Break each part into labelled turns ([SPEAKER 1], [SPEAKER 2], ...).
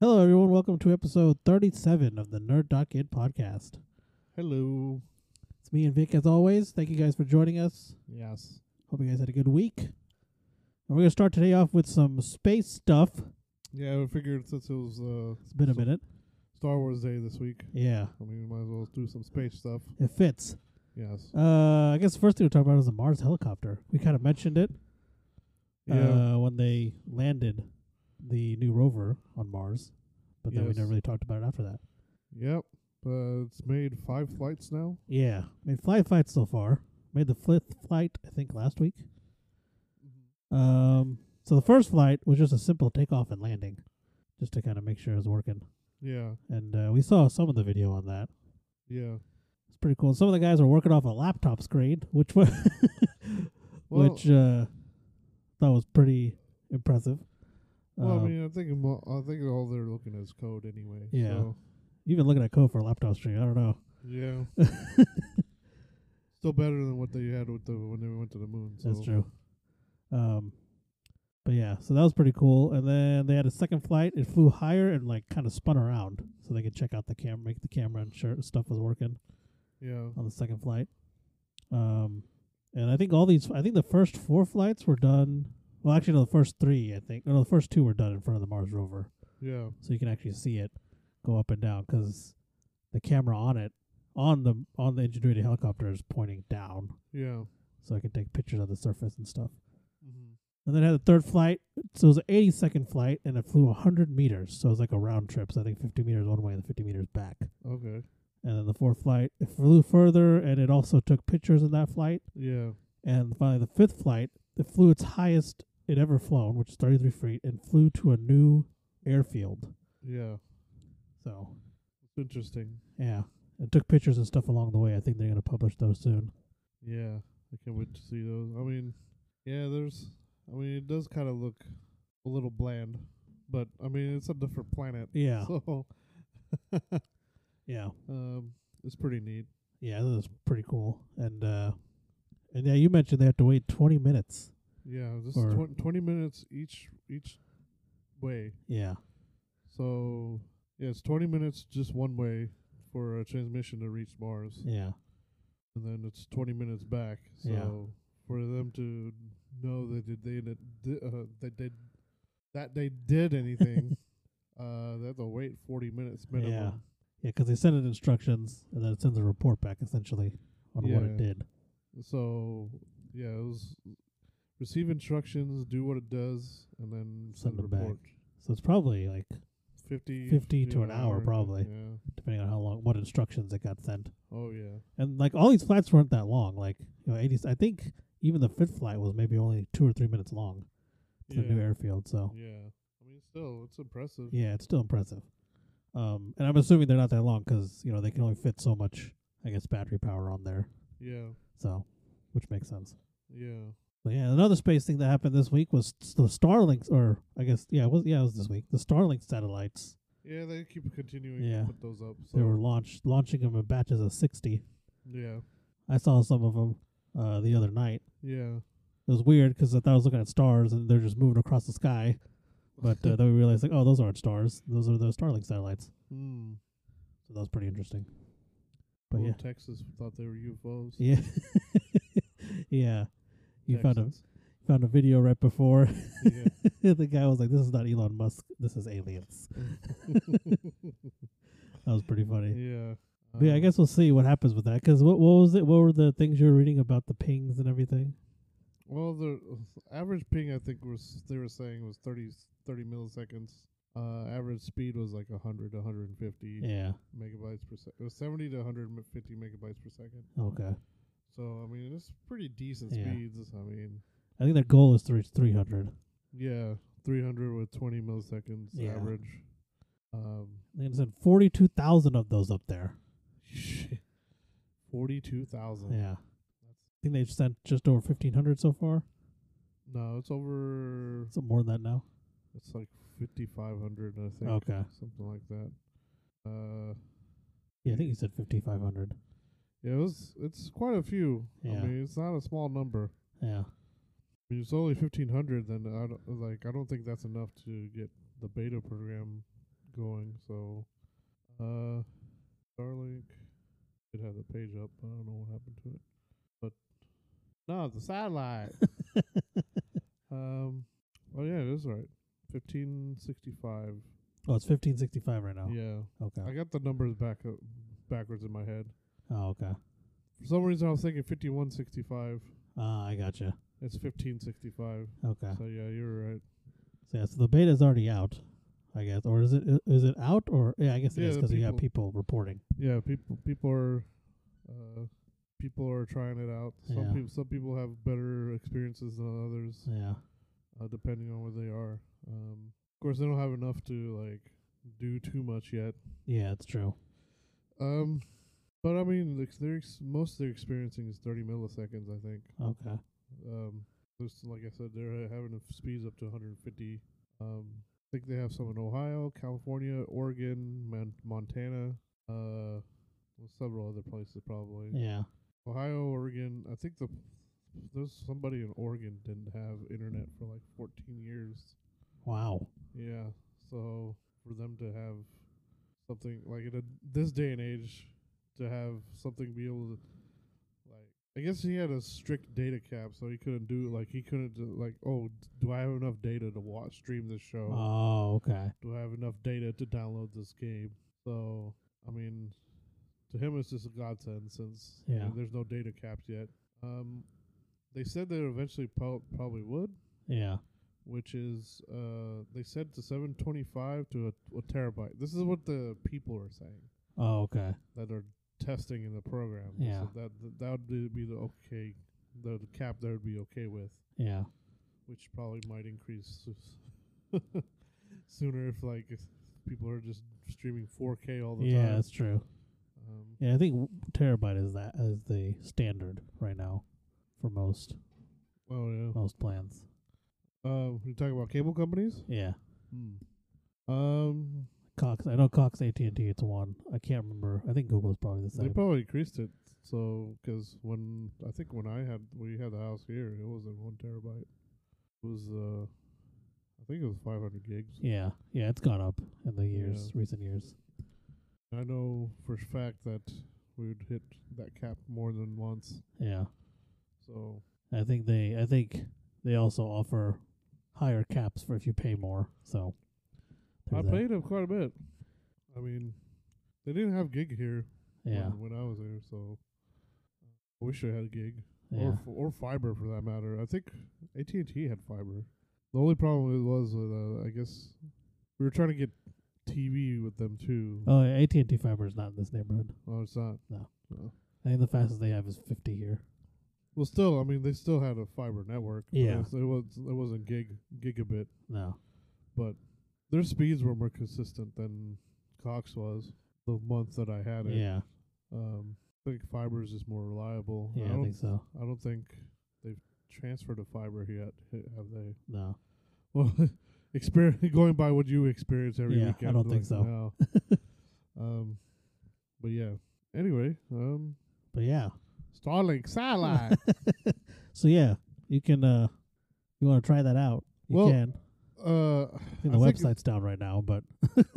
[SPEAKER 1] Hello, everyone. Welcome to episode 37 of the Nerd Doc Id podcast.
[SPEAKER 2] Hello.
[SPEAKER 1] It's me and Vic, as always. Thank you guys for joining us.
[SPEAKER 2] Yes.
[SPEAKER 1] Hope you guys had a good week. And we're going to start today off with some space stuff.
[SPEAKER 2] Yeah, we figured since it was uh,
[SPEAKER 1] It's been a
[SPEAKER 2] So-
[SPEAKER 1] minute.
[SPEAKER 2] Star Wars Day this week,
[SPEAKER 1] Yeah,
[SPEAKER 2] I mean, we might as well do some space stuff.
[SPEAKER 1] it fits.
[SPEAKER 2] Yes.
[SPEAKER 1] Uh, I guess the first thing we're talking about is the Mars helicopter. We kind of mentioned it
[SPEAKER 2] Yeah.
[SPEAKER 1] uh, when they landed the new rover on Mars, but then we
[SPEAKER 2] Yes.
[SPEAKER 1] never really talked about it after that.
[SPEAKER 2] yep. Uh, it's made five flights now.
[SPEAKER 1] Yeah, made five flights so far. Made the fifth flight, I think, last week.
[SPEAKER 2] Mm-hmm.
[SPEAKER 1] Um, so the first flight was just a simple takeoff and landing, just to kind of make sure it was working.
[SPEAKER 2] Yeah.
[SPEAKER 1] And uh, we saw some of the video on that.
[SPEAKER 2] Yeah.
[SPEAKER 1] It's pretty cool. Some of the guys were working off a laptop screen, which was
[SPEAKER 2] Well,
[SPEAKER 1] which uh, that was pretty impressive.
[SPEAKER 2] well, I
[SPEAKER 1] Um,
[SPEAKER 2] mean, I think mo- I think all they're looking at is code anyway.
[SPEAKER 1] Yeah.
[SPEAKER 2] So,
[SPEAKER 1] even looking at code for a laptop screen, I don't know.
[SPEAKER 2] yeah. Still better than what they had with the when they went to the moon. So.
[SPEAKER 1] That's true. Um, but yeah, so that was pretty cool. And then they had a second flight. It flew higher and like kind of spun around, so they could check out the camera, make the camera, and sure stuff was working
[SPEAKER 2] Yeah.
[SPEAKER 1] on the second flight. Um, and I think all these, I think the first four flights were done. Well, actually, no, the first three, I think, no, the first two were done in front of the Mars rover,
[SPEAKER 2] Yeah.
[SPEAKER 1] so you can actually see it go up and down because the camera on it, on the on the ingenuity helicopter is pointing down,
[SPEAKER 2] Yeah.
[SPEAKER 1] so I can take pictures of the surface and stuff.
[SPEAKER 2] Mm-hmm.
[SPEAKER 1] And then had a third flight. So it was an 80 second flight and it flew 100 meters. So it was like a round trip. So I think 50 meters one way and 50 meters back.
[SPEAKER 2] Okay.
[SPEAKER 1] And then the fourth flight, it flew further and it also took pictures in that flight.
[SPEAKER 2] Yeah.
[SPEAKER 1] And finally, the fifth flight, it flew its highest it ever flown, which is 33 feet, and flew to a new airfield.
[SPEAKER 2] Yeah.
[SPEAKER 1] So,
[SPEAKER 2] It's interesting.
[SPEAKER 1] yeah. And took pictures and stuff along the way. I think they're going to publish those soon.
[SPEAKER 2] Yeah, I can't wait to see those. I mean, yeah, there's. I mean, it does kind of look a little bland, but I mean, it's a different planet.
[SPEAKER 1] Yeah.
[SPEAKER 2] So,
[SPEAKER 1] Yeah.
[SPEAKER 2] um, it's pretty neat.
[SPEAKER 1] Yeah. That was pretty cool. And, uh, and yeah, you mentioned they have to wait 20 minutes.
[SPEAKER 2] Yeah, this
[SPEAKER 1] Or-
[SPEAKER 2] is twen- twenty minutes each each way.
[SPEAKER 1] Yeah.
[SPEAKER 2] So yeah, it's twenty minutes just one way for a transmission to reach Mars,
[SPEAKER 1] Yeah.
[SPEAKER 2] and then it's twenty minutes back. So
[SPEAKER 1] Yeah.
[SPEAKER 2] for them to know that did they did, di- uh, that they that they did anything, uh, they have to wait forty minutes minimum.
[SPEAKER 1] Yeah. Yeah, 'cause they send it instructions and then it sends a report back essentially on what it
[SPEAKER 2] Yeah.
[SPEAKER 1] did.
[SPEAKER 2] So yeah, it was receive instructions, do what it does, and then
[SPEAKER 1] Send
[SPEAKER 2] send, a
[SPEAKER 1] them back.
[SPEAKER 2] report.
[SPEAKER 1] So it's probably like
[SPEAKER 2] Fifty,
[SPEAKER 1] 50 to
[SPEAKER 2] yeah,
[SPEAKER 1] an hour, probably.
[SPEAKER 2] Yeah.
[SPEAKER 1] depending on how long what instructions it got sent.
[SPEAKER 2] Oh yeah.
[SPEAKER 1] And like all these flights weren't that long. Like you know, 80 I think even the fifth flight was maybe only two or three minutes long to the new
[SPEAKER 2] Yeah.
[SPEAKER 1] airfield. So
[SPEAKER 2] Yeah. I mean, still, it's impressive.
[SPEAKER 1] yeah, it's still impressive. Um, and I'm assuming they're not that long 'cause you know they can only fit so much, I guess, battery power on there.
[SPEAKER 2] Yeah.
[SPEAKER 1] So, which makes sense.
[SPEAKER 2] Yeah.
[SPEAKER 1] But yeah, another space thing that happened this week was s- the Starlink, or I guess yeah, it was yeah, it was this week. The Starlink satellites
[SPEAKER 2] Yeah. They keep continuing
[SPEAKER 1] Yeah.
[SPEAKER 2] to put those up. So
[SPEAKER 1] they were launched, launching them in batches of sixty.
[SPEAKER 2] yeah.
[SPEAKER 1] I saw some of them uh, the other night.
[SPEAKER 2] Yeah.
[SPEAKER 1] It was weird 'cause I thought I was looking at stars and they're just moving across the sky, but uh, then we realized like, oh, those aren't stars; those are the Starlink satellites.
[SPEAKER 2] Hmm.
[SPEAKER 1] So that was pretty interesting. But
[SPEAKER 2] Well,
[SPEAKER 1] yeah,
[SPEAKER 2] Texas thought they were UFOs.
[SPEAKER 1] yeah, yeah. You found a
[SPEAKER 2] Texans.
[SPEAKER 1] found a video right before.
[SPEAKER 2] yeah.
[SPEAKER 1] the guy was like, "This is not Elon Musk. This is aliens." That was pretty funny.
[SPEAKER 2] Yeah.
[SPEAKER 1] But yeah, I
[SPEAKER 2] Um,
[SPEAKER 1] guess we'll see what happens with that. Because what what was it? What were the things you were reading about the pings and everything?
[SPEAKER 2] Well, the average ping I think was they were saying was 30, 30 milliseconds. Uh, average speed was like 100 150
[SPEAKER 1] Yeah.
[SPEAKER 2] megabytes per second. It was 70 to 150 megabytes per second.
[SPEAKER 1] Okay.
[SPEAKER 2] So, I mean, it's pretty decent
[SPEAKER 1] Yeah.
[SPEAKER 2] speeds. I mean,
[SPEAKER 1] I think their goal is to reach 300.
[SPEAKER 2] yeah, 300 with 20 milliseconds
[SPEAKER 1] Yeah.
[SPEAKER 2] average. Um,
[SPEAKER 1] They sent 42,000 of those up there.
[SPEAKER 2] 42,000.
[SPEAKER 1] Yeah. I think they've sent just over 1,500 so far.
[SPEAKER 2] No, it's over,
[SPEAKER 1] Some more than that now.
[SPEAKER 2] it's like 5,500, I think.
[SPEAKER 1] Okay.
[SPEAKER 2] Something like that. Uh,
[SPEAKER 1] Yeah, I think you said 5,500.
[SPEAKER 2] Yeah, it was, it's quite a few.
[SPEAKER 1] Yeah.
[SPEAKER 2] I mean, it's not a small number.
[SPEAKER 1] Yeah.
[SPEAKER 2] I mean, it's only fifteen hundred. Then I don't, like I don't think that's enough to get the beta program going. So, uh, Starlink did have the page up. But I don't know what happened to it, but no, the satellite. um, oh yeah, it is right. Fifteen sixty-five.
[SPEAKER 1] Oh, it's fifteen sixty five right now.
[SPEAKER 2] Yeah, I
[SPEAKER 1] Okay.
[SPEAKER 2] got the numbers back up, backwards in my head.
[SPEAKER 1] Oh, okay.
[SPEAKER 2] For some reason, I was thinking fifty-one sixty-five.
[SPEAKER 1] Ah, I gotcha.
[SPEAKER 2] It's fifteen sixty-five.
[SPEAKER 1] Okay.
[SPEAKER 2] So yeah, you're right.
[SPEAKER 1] So yeah, so the beta is already out, I guess, or is it? i- Is it out or yeah? I guess it
[SPEAKER 2] Yeah,
[SPEAKER 1] is 'cause
[SPEAKER 2] the
[SPEAKER 1] we got people reporting.
[SPEAKER 2] Yeah, people people are uh, people are trying it out. Some
[SPEAKER 1] Yeah.
[SPEAKER 2] people some people have better experiences than others,
[SPEAKER 1] Yeah.
[SPEAKER 2] uh, depending on where they are. Um, of course, they don't have enough to like do too much yet.
[SPEAKER 1] Yeah, it's true.
[SPEAKER 2] Um, but I mean, like, their ex- most of their experiencing is 30 milliseconds, I think.
[SPEAKER 1] Okay.
[SPEAKER 2] Um, just like I said, they're having f- speeds up to 150. Um, I think they have some in Ohio, California, Oregon, Mon- Montana, uh, several other places probably.
[SPEAKER 1] Yeah.
[SPEAKER 2] Ohio, Oregon. I think the there's somebody in Oregon didn't have internet for like 14 years.
[SPEAKER 1] Wow.
[SPEAKER 2] Yeah, so for them to have something like in a, this day and age to have something be able to like I guess he had a strict data cap, so he couldn't do like he couldn't do, like oh d- do I have enough data to watch stream this show?
[SPEAKER 1] Oh, okay.
[SPEAKER 2] do I have enough data to download this game? So, I mean, to him, it's just a godsend since you know,
[SPEAKER 1] Yeah.
[SPEAKER 2] there's no data caps yet. Um, they said they eventually prob- probably would,
[SPEAKER 1] Yeah.
[SPEAKER 2] which is uh, they said to 725 to a, a terabyte. This is what the people are saying
[SPEAKER 1] Oh, okay.
[SPEAKER 2] that are testing in the program.
[SPEAKER 1] Yeah.
[SPEAKER 2] So that that would be- be the okay, the cap they would be okay with,
[SPEAKER 1] Yeah.
[SPEAKER 2] which probably might increase s- sooner if like if people are just streaming 4K all the
[SPEAKER 1] Yeah,
[SPEAKER 2] time.
[SPEAKER 1] that's true.
[SPEAKER 2] Um,
[SPEAKER 1] Yeah, I think w- terabyte is that is the standard right now for most
[SPEAKER 2] oh yeah.
[SPEAKER 1] most plans.
[SPEAKER 2] Um, you talking about cable companies?
[SPEAKER 1] Yeah.
[SPEAKER 2] Hmm. Um,
[SPEAKER 1] Cox. I know Cox, AT and T. It's one. I can't remember. I think Google's probably the
[SPEAKER 2] they
[SPEAKER 1] same.
[SPEAKER 2] probably increased it. So, because when I think when I had we had the house here, it wasn't one terabyte. It was uh, I think it was 500 gigs.
[SPEAKER 1] yeah. Yeah. It's gone up in the years,
[SPEAKER 2] Yeah.
[SPEAKER 1] recent years.
[SPEAKER 2] I know for a fact that we would hit that cap more than once.
[SPEAKER 1] Yeah.
[SPEAKER 2] So
[SPEAKER 1] I think they. I think they also offer higher caps for if you pay more. So.
[SPEAKER 2] I
[SPEAKER 1] there's that.
[SPEAKER 2] played it quite a bit. I mean, they didn't have gig here
[SPEAKER 1] Yeah.
[SPEAKER 2] when, when I was there, so I wish I had a gig.
[SPEAKER 1] Yeah.
[SPEAKER 2] or f- or fiber for that matter. I think AT and T had fiber. The only problem was that uh, I guess we were trying to get TV with them too.
[SPEAKER 1] Oh, AT and T fiber is not in this neighborhood.
[SPEAKER 2] Oh, it's not.
[SPEAKER 1] I think the fastest they have is 50 here.
[SPEAKER 2] Well, still, I mean, they still had a fiber network. but
[SPEAKER 1] Yeah.
[SPEAKER 2] it's- it was it wasn't gig gigabit,
[SPEAKER 1] No.
[SPEAKER 2] but their speeds were more consistent than Cox was the month that I had it.
[SPEAKER 1] Yeah.
[SPEAKER 2] Um, I think fiber is just more reliable.
[SPEAKER 1] Yeah.
[SPEAKER 2] I
[SPEAKER 1] I
[SPEAKER 2] don't,
[SPEAKER 1] think so.
[SPEAKER 2] I don't think they've transferred to fiber yet, ha- have they?
[SPEAKER 1] No.
[SPEAKER 2] Well, experience going by what you experience every
[SPEAKER 1] Yeah, I
[SPEAKER 2] weekend.
[SPEAKER 1] don't think so.
[SPEAKER 2] No. um, but yeah. Anyway, um,
[SPEAKER 1] But yeah.
[SPEAKER 2] Starlink satellite.
[SPEAKER 1] So yeah, you can uh you want to try that out. You
[SPEAKER 2] Well,
[SPEAKER 1] can.
[SPEAKER 2] uh,
[SPEAKER 1] I think the
[SPEAKER 2] I think
[SPEAKER 1] website's down right now, but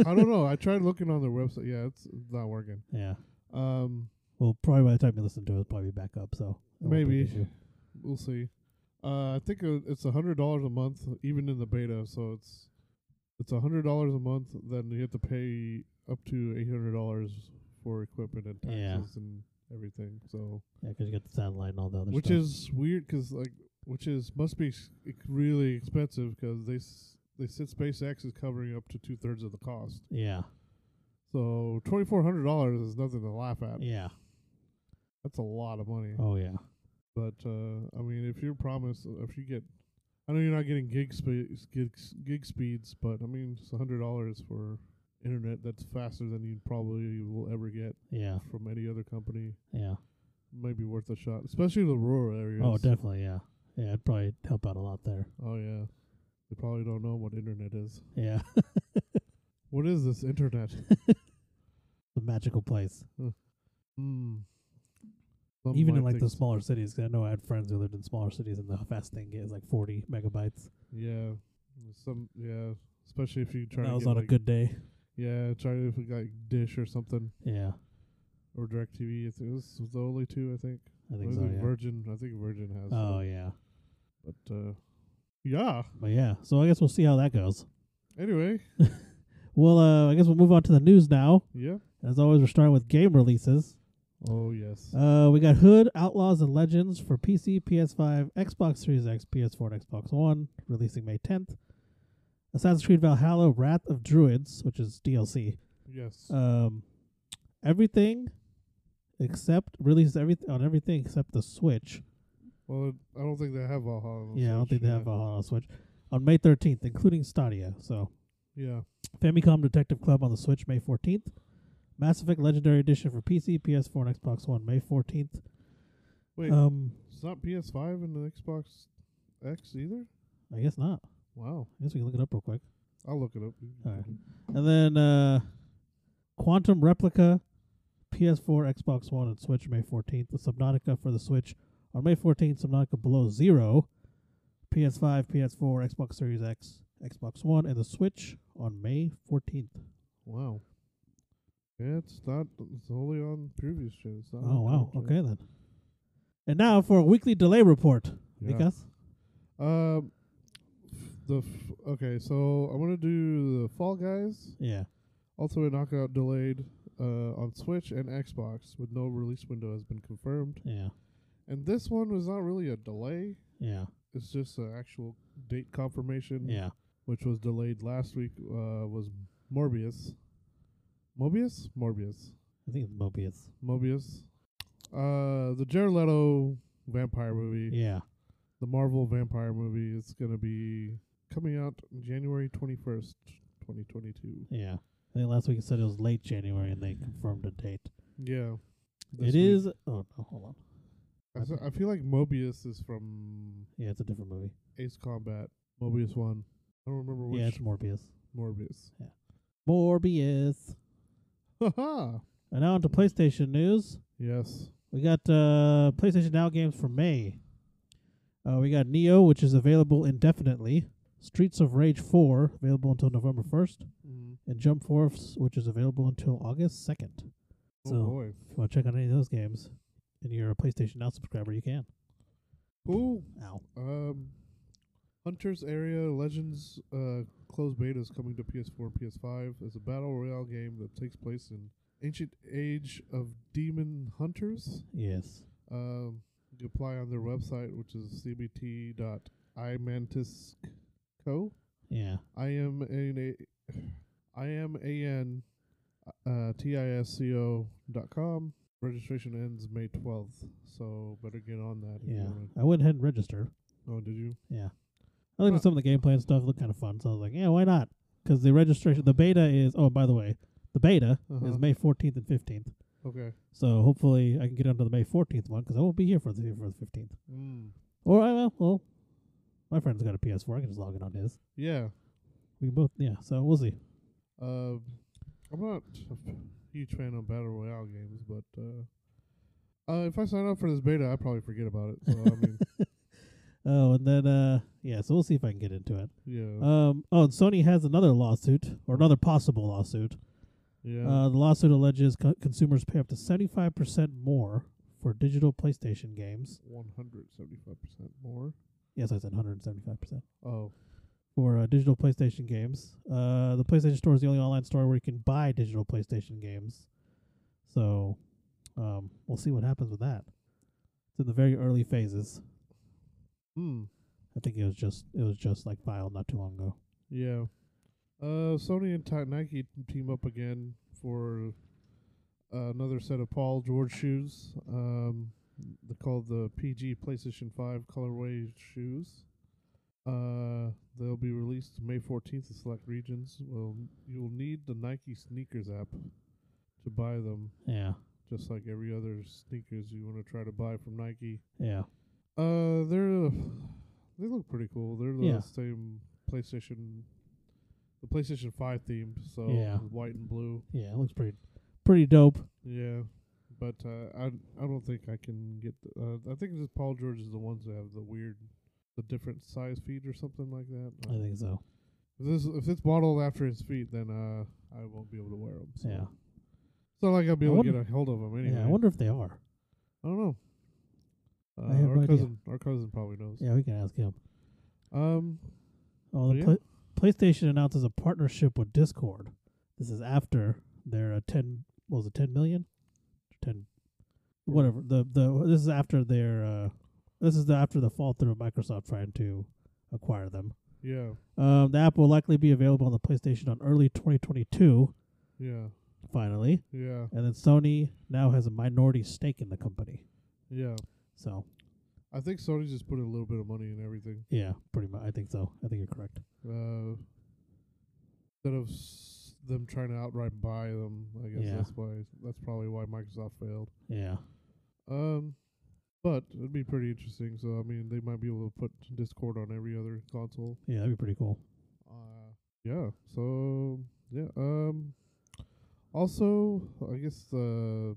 [SPEAKER 2] I don't know. I tried looking on their website. Yeah, it's not working.
[SPEAKER 1] yeah.
[SPEAKER 2] Um,
[SPEAKER 1] Well, probably by the time you listen to it, it'll probably be back up. So it won't be an
[SPEAKER 2] Maybe.
[SPEAKER 1] issue.
[SPEAKER 2] we'll see. Uh, I think uh, it's a hundred dollars a month, even in the beta. So it's it's a hundred dollars a month. Then you have to pay up to eight hundred dollars for equipment and taxes
[SPEAKER 1] Yeah.
[SPEAKER 2] and everything. So
[SPEAKER 1] Yeah, 'cause you got the satellite and all the other
[SPEAKER 2] which
[SPEAKER 1] stuff.
[SPEAKER 2] is weird 'cause like which is must be s- ex- really expensive 'cause they s- they said SpaceX is covering up to two thirds of the cost.
[SPEAKER 1] yeah,
[SPEAKER 2] So twenty four hundred dollars is nothing to laugh at.
[SPEAKER 1] yeah.
[SPEAKER 2] That's a lot of money.
[SPEAKER 1] Oh yeah,
[SPEAKER 2] But uh, I mean, if you're promised, uh, if you get, I know you're not getting gig speeds, gig, gig speeds, but I mean, it's a hundred dollars for internet that's faster than you probably will ever get
[SPEAKER 1] yeah,
[SPEAKER 2] from any other company.
[SPEAKER 1] yeah.
[SPEAKER 2] Might be worth a shot, especially the rural areas.
[SPEAKER 1] Oh, definitely, yeah, yeah. It'd probably help out a lot there.
[SPEAKER 2] Oh yeah. They probably don't know what internet is.
[SPEAKER 1] Yeah,
[SPEAKER 2] What is this internet?
[SPEAKER 1] the magical place.
[SPEAKER 2] Hmm.
[SPEAKER 1] Even in like the smaller cities, 'cause I know I had friends who lived in smaller cities, and the fast thing is like 40 megabytes.
[SPEAKER 2] Yeah. Some yeah. Especially if you try
[SPEAKER 1] That
[SPEAKER 2] to
[SPEAKER 1] was
[SPEAKER 2] get
[SPEAKER 1] on
[SPEAKER 2] like,
[SPEAKER 1] a good day.
[SPEAKER 2] Yeah, try to if we got Dish or something
[SPEAKER 1] Yeah,
[SPEAKER 2] or DirecTV. I think those was the only two. I think.
[SPEAKER 1] I
[SPEAKER 2] Or
[SPEAKER 1] think
[SPEAKER 2] is
[SPEAKER 1] so.
[SPEAKER 2] it
[SPEAKER 1] Yeah.
[SPEAKER 2] Virgin. I think Virgin has.
[SPEAKER 1] Oh
[SPEAKER 2] one.
[SPEAKER 1] yeah,
[SPEAKER 2] But uh, yeah.
[SPEAKER 1] but yeah. So I guess we'll see how that goes.
[SPEAKER 2] Anyway,
[SPEAKER 1] Well, uh, I guess we'll move on to the news now.
[SPEAKER 2] yeah.
[SPEAKER 1] As always, we're starting with game releases.
[SPEAKER 2] Oh yes.
[SPEAKER 1] Uh, we got Hood, Outlaws, and Legends for PC, PS5, Xbox Series X, PS4, and Xbox One, releasing May 10th. Assassin's Creed Valhalla, Wrath of Druids, which is DLC.
[SPEAKER 2] yes.
[SPEAKER 1] Um, everything except released every on everything except the Switch.
[SPEAKER 2] well, I don't think they have Valhalla. on
[SPEAKER 1] yeah, I don't
[SPEAKER 2] Switch,
[SPEAKER 1] think they have Valhalla on Switch on May 13th, including Stadia. So
[SPEAKER 2] Yeah.
[SPEAKER 1] Famicom Detective Club on the Switch May 14th. Mass Effect Legendary Edition for PC, PS4, and Xbox One May 14th.
[SPEAKER 2] Wait,
[SPEAKER 1] Um,
[SPEAKER 2] it's not PS5 and the Xbox X either.
[SPEAKER 1] I guess not.
[SPEAKER 2] Wow.
[SPEAKER 1] I guess we can look it up real quick.
[SPEAKER 2] I'll look it up.
[SPEAKER 1] Alright. And then uh, Quantum Replica, PS4, Xbox One, and Switch May 14th. The Subnautica for the Switch on May 14th. Subnautica Below Zero, PS5, PS4, Xbox Series X, Xbox One, and the Switch on May 14th.
[SPEAKER 2] Wow. Yeah, it's not. It's only on previous gen. It's not
[SPEAKER 1] Oh
[SPEAKER 2] on
[SPEAKER 1] wow.
[SPEAKER 2] current gen.
[SPEAKER 1] Okay then. And now for a weekly delay report,
[SPEAKER 2] Yeah.
[SPEAKER 1] Nikas.
[SPEAKER 2] Um, the f- okay, so I'm gonna do the Fall Guys,
[SPEAKER 1] Yeah.
[SPEAKER 2] also a knockout delayed uh, on Switch and Xbox, with no release window has been confirmed.
[SPEAKER 1] Yeah.
[SPEAKER 2] And this one was not really a delay;
[SPEAKER 1] Yeah.
[SPEAKER 2] it's just an actual date confirmation,
[SPEAKER 1] Yeah.
[SPEAKER 2] which was delayed last week. Uh, was Morbius, Mobius, Morbius,
[SPEAKER 1] I think it's Mobius.
[SPEAKER 2] Mobius, uh, the Jared Leto vampire movie.
[SPEAKER 1] Yeah.
[SPEAKER 2] the Marvel vampire movie is going to be coming out January 21st, 2022.
[SPEAKER 1] Yeah. I think last week it said it was late January and they confirmed a date.
[SPEAKER 2] Yeah.
[SPEAKER 1] It is. Oh no, hold on.
[SPEAKER 2] I, s- I feel like Mobius is from
[SPEAKER 1] Yeah, it's a different movie.
[SPEAKER 2] Ace Combat. Mobius 1. I don't remember which
[SPEAKER 1] yeah, it's Morbius.
[SPEAKER 2] Morbius.
[SPEAKER 1] Morbius.
[SPEAKER 2] Haha.
[SPEAKER 1] And now onto PlayStation news.
[SPEAKER 2] Yes.
[SPEAKER 1] We got uh, PlayStation Now games for May. Uh, we got Neo, which is available indefinitely. Streets of Rage 4, available until November 1st.
[SPEAKER 2] Mm.
[SPEAKER 1] And Jump Force, which is available until August 2nd.
[SPEAKER 2] Oh
[SPEAKER 1] So-
[SPEAKER 2] boy.
[SPEAKER 1] If you want to check out any of those games and you're a PlayStation Now subscriber, you can.
[SPEAKER 2] Cool.
[SPEAKER 1] Ow.
[SPEAKER 2] Um, Hunter's Area Legends uh, closed beta is coming to PS4 PS5. It's a battle royale game that takes place in ancient age of demon hunters.
[SPEAKER 1] Yes.
[SPEAKER 2] Um, you can apply on their website, which is cbt.imantisco.
[SPEAKER 1] Yeah.
[SPEAKER 2] I am an a, I am a n uh, t i s c o dot com. Registration ends May twelfth, so better get on that. if you
[SPEAKER 1] Yeah.
[SPEAKER 2] wanna-
[SPEAKER 1] I went ahead and registered.
[SPEAKER 2] Oh, did you?
[SPEAKER 1] Yeah. I looked at some of the gameplay and stuff. It looked kind of fun. So I was like, yeah, why not? Because the registration, the beta is, oh, by the way, the beta
[SPEAKER 2] Uh-huh.
[SPEAKER 1] is May 14th and 15th.
[SPEAKER 2] Okay.
[SPEAKER 1] So hopefully I can get onto the May 14th one because I won't be here for the, for the 15th.
[SPEAKER 2] Mm.
[SPEAKER 1] Or, I will. Well, my friend's got a PS4. I can just log in on his.
[SPEAKER 2] Yeah.
[SPEAKER 1] We can both, yeah. So we'll see.
[SPEAKER 2] Uh, I'm not a huge fan of battle royale games, but uh, uh, if I sign up for this beta, I probably forget about it. So I mean,
[SPEAKER 1] Oh, and then, uh, yeah, so we'll see if I can get into it.
[SPEAKER 2] yeah,
[SPEAKER 1] Um, oh, and Sony has another lawsuit, or another possible lawsuit.
[SPEAKER 2] yeah.
[SPEAKER 1] Uh, the lawsuit alleges co- consumers pay up to 75% more for digital PlayStation games.
[SPEAKER 2] 175% more.
[SPEAKER 1] Yes, I said 175%
[SPEAKER 2] Oh,
[SPEAKER 1] for uh, digital PlayStation games. Uh, the PlayStation Store is the only online store where you can buy digital PlayStation games. So um, we'll see what happens with that. It's in the very early phases.
[SPEAKER 2] hmm.
[SPEAKER 1] I think it was just it was just like filed not too long ago.
[SPEAKER 2] Yeah. Uh, Sony and Ti- Nike team up again for uh, another set of Paul George shoes. Um, they're called the PG PlayStation 5 colorway shoes. Uh, they'll be released May 14th in select regions. Well, you'll need the Nike sneakers app to buy them,
[SPEAKER 1] Yeah,
[SPEAKER 2] just like every other sneakers you want to try to buy from Nike.
[SPEAKER 1] yeah,
[SPEAKER 2] Uh, they're they look pretty cool. They're the
[SPEAKER 1] Yeah.
[SPEAKER 2] same PlayStation, the PlayStation Five theme. So
[SPEAKER 1] Yeah.
[SPEAKER 2] white and blue.
[SPEAKER 1] yeah. It looks pretty pretty dope.
[SPEAKER 2] Yeah, but uh, I I don't think I can get. The, uh, I think this Paul George is the ones that have the weird, the different size feet or something like that.
[SPEAKER 1] I think so.
[SPEAKER 2] If this if it's bottled after his feet, then uh, I won't be able to wear them. So.
[SPEAKER 1] Yeah.
[SPEAKER 2] It's not like I'll be
[SPEAKER 1] I
[SPEAKER 2] able to
[SPEAKER 1] wonder-
[SPEAKER 2] get a hold of them anyway.
[SPEAKER 1] Yeah, I wonder if they are.
[SPEAKER 2] I don't know. Uh,
[SPEAKER 1] have
[SPEAKER 2] our
[SPEAKER 1] no idea.
[SPEAKER 2] cousin, our cousin probably knows.
[SPEAKER 1] Yeah, we can ask him.
[SPEAKER 2] Um,
[SPEAKER 1] Oh, the
[SPEAKER 2] Yeah.
[SPEAKER 1] Pla- PlayStation announces a partnership with Discord. This is after their uh, ten what was it ten million, ten, whatever. The the this is after their uh, this is the, after the fall through of Microsoft trying to acquire them.
[SPEAKER 2] yeah,
[SPEAKER 1] Um, the app will likely be available on the PlayStation on early 2022,
[SPEAKER 2] yeah,
[SPEAKER 1] finally,
[SPEAKER 2] yeah,
[SPEAKER 1] and then Sony now has a minority stake in the company.
[SPEAKER 2] yeah.
[SPEAKER 1] So
[SPEAKER 2] I think Sony just put a little bit of money in everything.
[SPEAKER 1] yeah, pretty much. I think so. I think you're correct.
[SPEAKER 2] Uh, instead of s- them trying to outright buy them, I guess
[SPEAKER 1] Yeah.
[SPEAKER 2] that's why. That's probably why Microsoft failed.
[SPEAKER 1] Yeah,
[SPEAKER 2] Um, but it'd be pretty interesting. So I mean, they might be able to put Discord on every other console.
[SPEAKER 1] yeah, that'd be pretty cool.
[SPEAKER 2] Uh, yeah. So yeah. Um. Also, I guess uh,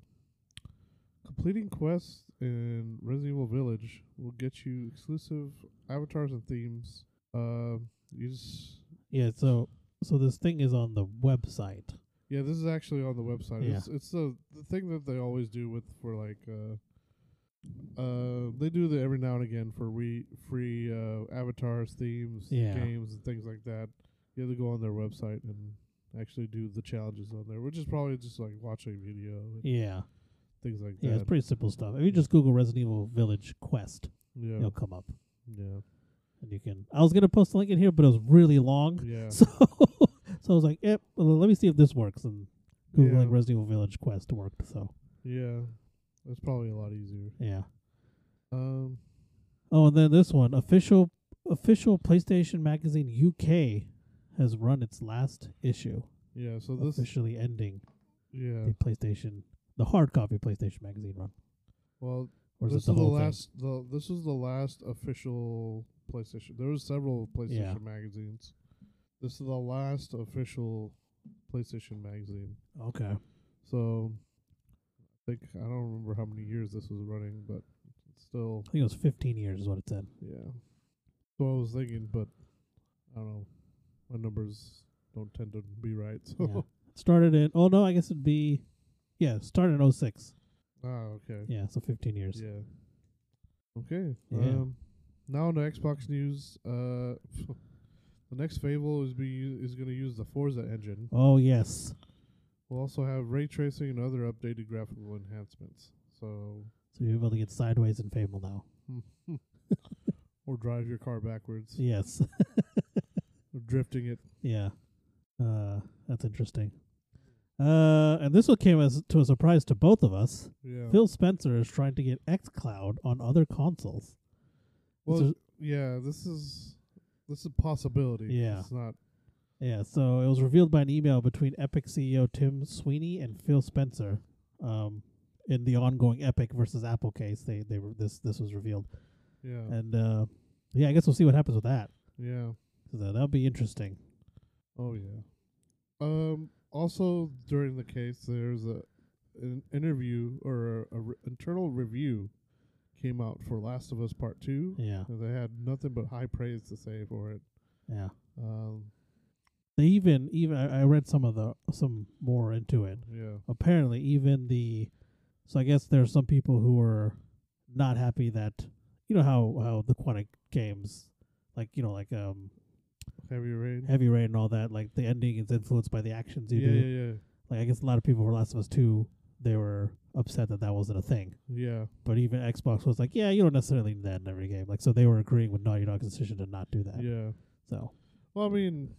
[SPEAKER 2] completing quests in Resident Evil Village will get you exclusive avatars and themes. Uh, you just
[SPEAKER 1] Yeah, so so this thing is on the website.
[SPEAKER 2] yeah. This is actually on the website.
[SPEAKER 1] Yeah.
[SPEAKER 2] It's it's the the thing that they always do with for like. Uh, uh, they do that every now and again for re- free uh, avatars, themes,
[SPEAKER 1] Yeah.
[SPEAKER 2] games, and things like that. You have to go on their website and actually do the challenges on there, which is probably just like watch a video and
[SPEAKER 1] Yeah,
[SPEAKER 2] things like
[SPEAKER 1] yeah,
[SPEAKER 2] that.
[SPEAKER 1] it's pretty simple stuff. If you just Google Resident Evil Village Quest,
[SPEAKER 2] yeah,
[SPEAKER 1] it'll come up,
[SPEAKER 2] yeah,
[SPEAKER 1] and you can. I was gonna post the link in here, but it was really long,
[SPEAKER 2] yeah,
[SPEAKER 1] so so I was like, "Yep, well, let me see if this works." And googling
[SPEAKER 2] Yeah.
[SPEAKER 1] Resident Evil Village Quest worked. So
[SPEAKER 2] yeah. That's probably a lot easier.
[SPEAKER 1] yeah.
[SPEAKER 2] Um,
[SPEAKER 1] Oh, and then this one official official PlayStation Magazine UK has run its last issue,
[SPEAKER 2] yeah. So this,
[SPEAKER 1] officially ending
[SPEAKER 2] yeah.
[SPEAKER 1] the PlayStation the hard copy PlayStation Magazine run.
[SPEAKER 2] Well,
[SPEAKER 1] Or is
[SPEAKER 2] this
[SPEAKER 1] it the
[SPEAKER 2] is the
[SPEAKER 1] whole thing?
[SPEAKER 2] last. The this was the last official PlayStation. There was several PlayStation
[SPEAKER 1] Yeah.
[SPEAKER 2] magazines. This is the last official PlayStation magazine.
[SPEAKER 1] Okay.
[SPEAKER 2] So, I think I don't remember how many years this was running, but it's still,
[SPEAKER 1] I think it was 15 years is what it said.
[SPEAKER 2] yeah. So I was thinking, but I don't know. My numbers don't tend to be right.
[SPEAKER 1] Yeah.
[SPEAKER 2] So,
[SPEAKER 1] Started in, oh no, I guess it'd be, yeah, started in 06.
[SPEAKER 2] ah, okay.
[SPEAKER 1] Yeah, so 15 years.
[SPEAKER 2] Yeah. Okay.
[SPEAKER 1] Yeah.
[SPEAKER 2] Um, now on to Xbox news. Uh, the next Fable is be is going to use the Forza engine.
[SPEAKER 1] Oh, yes.
[SPEAKER 2] We'll also have ray tracing and other updated graphical enhancements. So,
[SPEAKER 1] So you're able to get sideways in Fable now.
[SPEAKER 2] or drive your car backwards,
[SPEAKER 1] Yes.
[SPEAKER 2] or drifting it.
[SPEAKER 1] yeah. Uh, that's interesting. Uh, and this one came as to a surprise to both of us.
[SPEAKER 2] Yeah.
[SPEAKER 1] Phil Spencer is trying to get XCloud on other consoles.
[SPEAKER 2] well,
[SPEAKER 1] is-
[SPEAKER 2] yeah. This is this is a possibility.
[SPEAKER 1] Yeah.
[SPEAKER 2] It's not.
[SPEAKER 1] Yeah, so it was revealed by an email between Epic CEO Tim Sweeney and Phil Spencer. Um, in the ongoing Epic versus Apple case, they they were, this this was revealed,
[SPEAKER 2] Yeah.
[SPEAKER 1] and uh, yeah, I guess we'll see what happens with that.
[SPEAKER 2] yeah.
[SPEAKER 1] So that- that'll be interesting.
[SPEAKER 2] Oh yeah. Um. Also, during the case, there's a an interview or a, a re- internal review came out for Last of Us Part Two.
[SPEAKER 1] Yeah,
[SPEAKER 2] and They had nothing but high praise to say for it.
[SPEAKER 1] yeah.
[SPEAKER 2] Um.
[SPEAKER 1] They even even I, I read some of the some more into it.
[SPEAKER 2] Yeah.
[SPEAKER 1] Apparently, even the so I guess there are some people who were not happy that you know how how the Quantic games like you know like um
[SPEAKER 2] Heavy rain.
[SPEAKER 1] Heavy Rain and all that like the ending is influenced by the actions you
[SPEAKER 2] yeah,
[SPEAKER 1] do.
[SPEAKER 2] yeah.
[SPEAKER 1] like I guess a lot of people for Last of Us Two, they were upset that that wasn't a thing.
[SPEAKER 2] Yeah. Yeah.
[SPEAKER 1] But even Xbox was like, yeah, you don't necessarily need that in every game. Like so, they were agreeing with Naughty Dog's decision to not do that.
[SPEAKER 2] Yeah.
[SPEAKER 1] So
[SPEAKER 2] Well, I mean,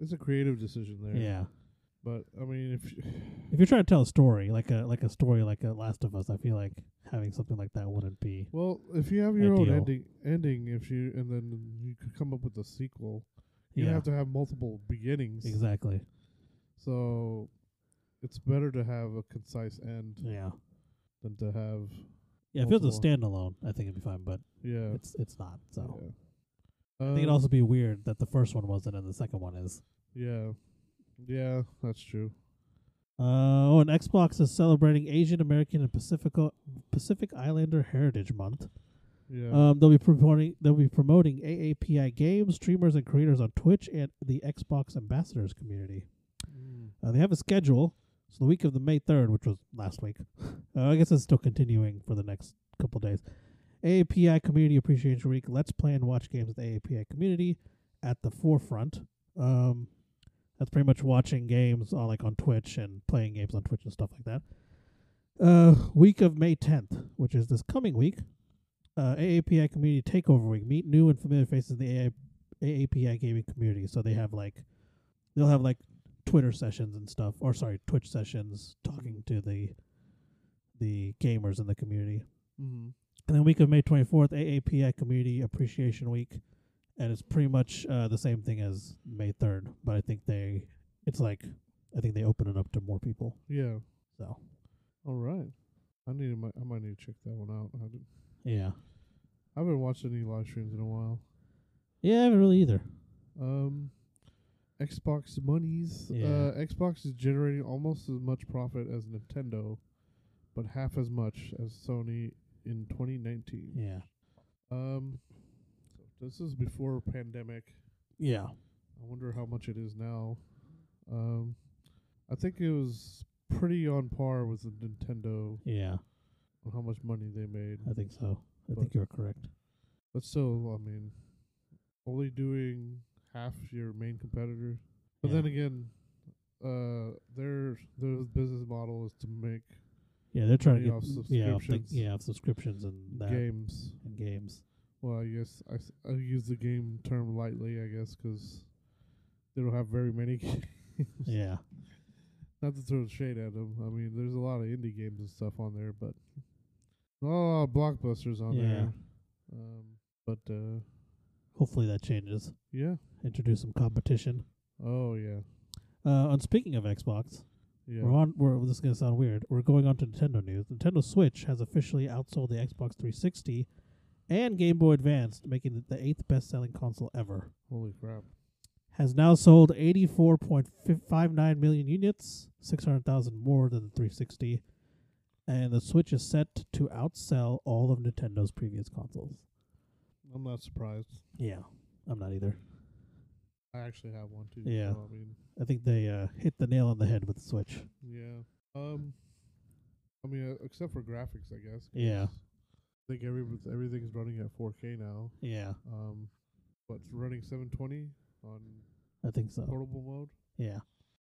[SPEAKER 2] it's a creative decision there.
[SPEAKER 1] yeah,
[SPEAKER 2] But I mean, if
[SPEAKER 1] if you're trying to tell a story like a like a story like a Last of Us, I feel like having something like that wouldn't be
[SPEAKER 2] well, if you have your own
[SPEAKER 1] Ideal.
[SPEAKER 2] ending, ending, if you and then you could come up with a sequel, you
[SPEAKER 1] yeah
[SPEAKER 2] have to have multiple beginnings.
[SPEAKER 1] exactly
[SPEAKER 2] So it's better to have a concise end
[SPEAKER 1] yeah
[SPEAKER 2] than to have
[SPEAKER 1] yeah. If it was a standalone, I think it'd be fine, but
[SPEAKER 2] yeah.
[SPEAKER 1] it's it's not. So
[SPEAKER 2] yeah.
[SPEAKER 1] I think it'd
[SPEAKER 2] Um,
[SPEAKER 1] also be weird that the first one wasn't and the second one is.
[SPEAKER 2] yeah, yeah, that's true.
[SPEAKER 1] Uh, oh, and Xbox is celebrating Asian American and Pacifico Pacific Islander Heritage Month.
[SPEAKER 2] Yeah,
[SPEAKER 1] Um, they'll be promoting they'll be promoting AAPI games, streamers, and creators on Twitch and the Xbox ambassadors community.
[SPEAKER 2] Mm.
[SPEAKER 1] Uh, they have a schedule. So the week of the May 3rd, which was last week, uh, I guess it's still continuing for the next couple days. AAPI Community Appreciation Week. Let's play and watch games with the AAPI community at the forefront. Um, that's pretty much watching games on like on Twitch and playing games on Twitch and stuff like that. Uh, week of May 10th, which is this coming week. Uh, AAPI Community Takeover Week. Meet new and familiar faces in the AA, AAPI gaming community. So they have like, they'll have like Twitter sessions and stuff, or sorry, Twitch sessions talking to the the gamers in the community.
[SPEAKER 2] Mm-hmm.
[SPEAKER 1] And then week of May 24th, AAPI Community Appreciation Week, and it's pretty much uh, the same thing as May 3rd, but I think they, it's like, I think they open it up to more people.
[SPEAKER 2] Yeah.
[SPEAKER 1] So
[SPEAKER 2] All right. I need. to mi- I might need to check that one out. I haven't,
[SPEAKER 1] yeah,
[SPEAKER 2] I haven't watched any live streams in a while.
[SPEAKER 1] yeah, I haven't really either.
[SPEAKER 2] Um, Xbox monies.
[SPEAKER 1] Yeah.
[SPEAKER 2] Uh, Xbox is generating almost as much profit as Nintendo, but half as much as Sony in 2019.
[SPEAKER 1] Yeah,
[SPEAKER 2] Um, this is before pandemic.
[SPEAKER 1] yeah,
[SPEAKER 2] I wonder how much it is now. Um, I think it was pretty on par with the Nintendo
[SPEAKER 1] yeah.
[SPEAKER 2] on how much money they made.
[SPEAKER 1] I think so. I
[SPEAKER 2] But-
[SPEAKER 1] think you're correct.
[SPEAKER 2] But still, I mean, only doing half your main competitor. But
[SPEAKER 1] Yeah.
[SPEAKER 2] then again, uh, their their business model is to make
[SPEAKER 1] Yeah, they're trying to
[SPEAKER 2] Money
[SPEAKER 1] get
[SPEAKER 2] off
[SPEAKER 1] yeah, off the,
[SPEAKER 2] subscriptions.
[SPEAKER 1] yeah, off subscriptions and that
[SPEAKER 2] games.
[SPEAKER 1] and games.
[SPEAKER 2] Well, I guess I, s- I use the game term lightly, I guess, 'cause they don't have very many. games.
[SPEAKER 1] Yeah,
[SPEAKER 2] Not to throw shade at them. I mean, there's a lot of indie games and stuff on there, but not a lot of blockbusters on
[SPEAKER 1] Yeah.
[SPEAKER 2] there. Um, but uh,
[SPEAKER 1] hopefully that changes.
[SPEAKER 2] yeah.
[SPEAKER 1] Introduce some competition.
[SPEAKER 2] Oh yeah.
[SPEAKER 1] Uh, and speaking of Xbox,
[SPEAKER 2] Yeah.
[SPEAKER 1] we're on. We're, this is gonna sound weird. We're going on to Nintendo news. Nintendo Switch has officially outsold the Xbox 360 and Game Boy Advance, making it the eighth best-selling console ever.
[SPEAKER 2] Holy crap.
[SPEAKER 1] Has now sold 84.59 million units, 600,000 more than the 360, and the Switch is set to outsell all of Nintendo's previous consoles.
[SPEAKER 2] I'm not surprised.
[SPEAKER 1] Yeah, I'm not either.
[SPEAKER 2] I actually have one too.
[SPEAKER 1] Yeah.
[SPEAKER 2] So, I mean,
[SPEAKER 1] I think they uh, hit the nail on the head with the Switch.
[SPEAKER 2] yeah. Um, I mean, uh, except for graphics, I guess. 'cause
[SPEAKER 1] Yeah.
[SPEAKER 2] I think every everything's running at 4K now.
[SPEAKER 1] Yeah,
[SPEAKER 2] Um, but it's running 720 on
[SPEAKER 1] I think so.
[SPEAKER 2] portable mode.
[SPEAKER 1] Yeah,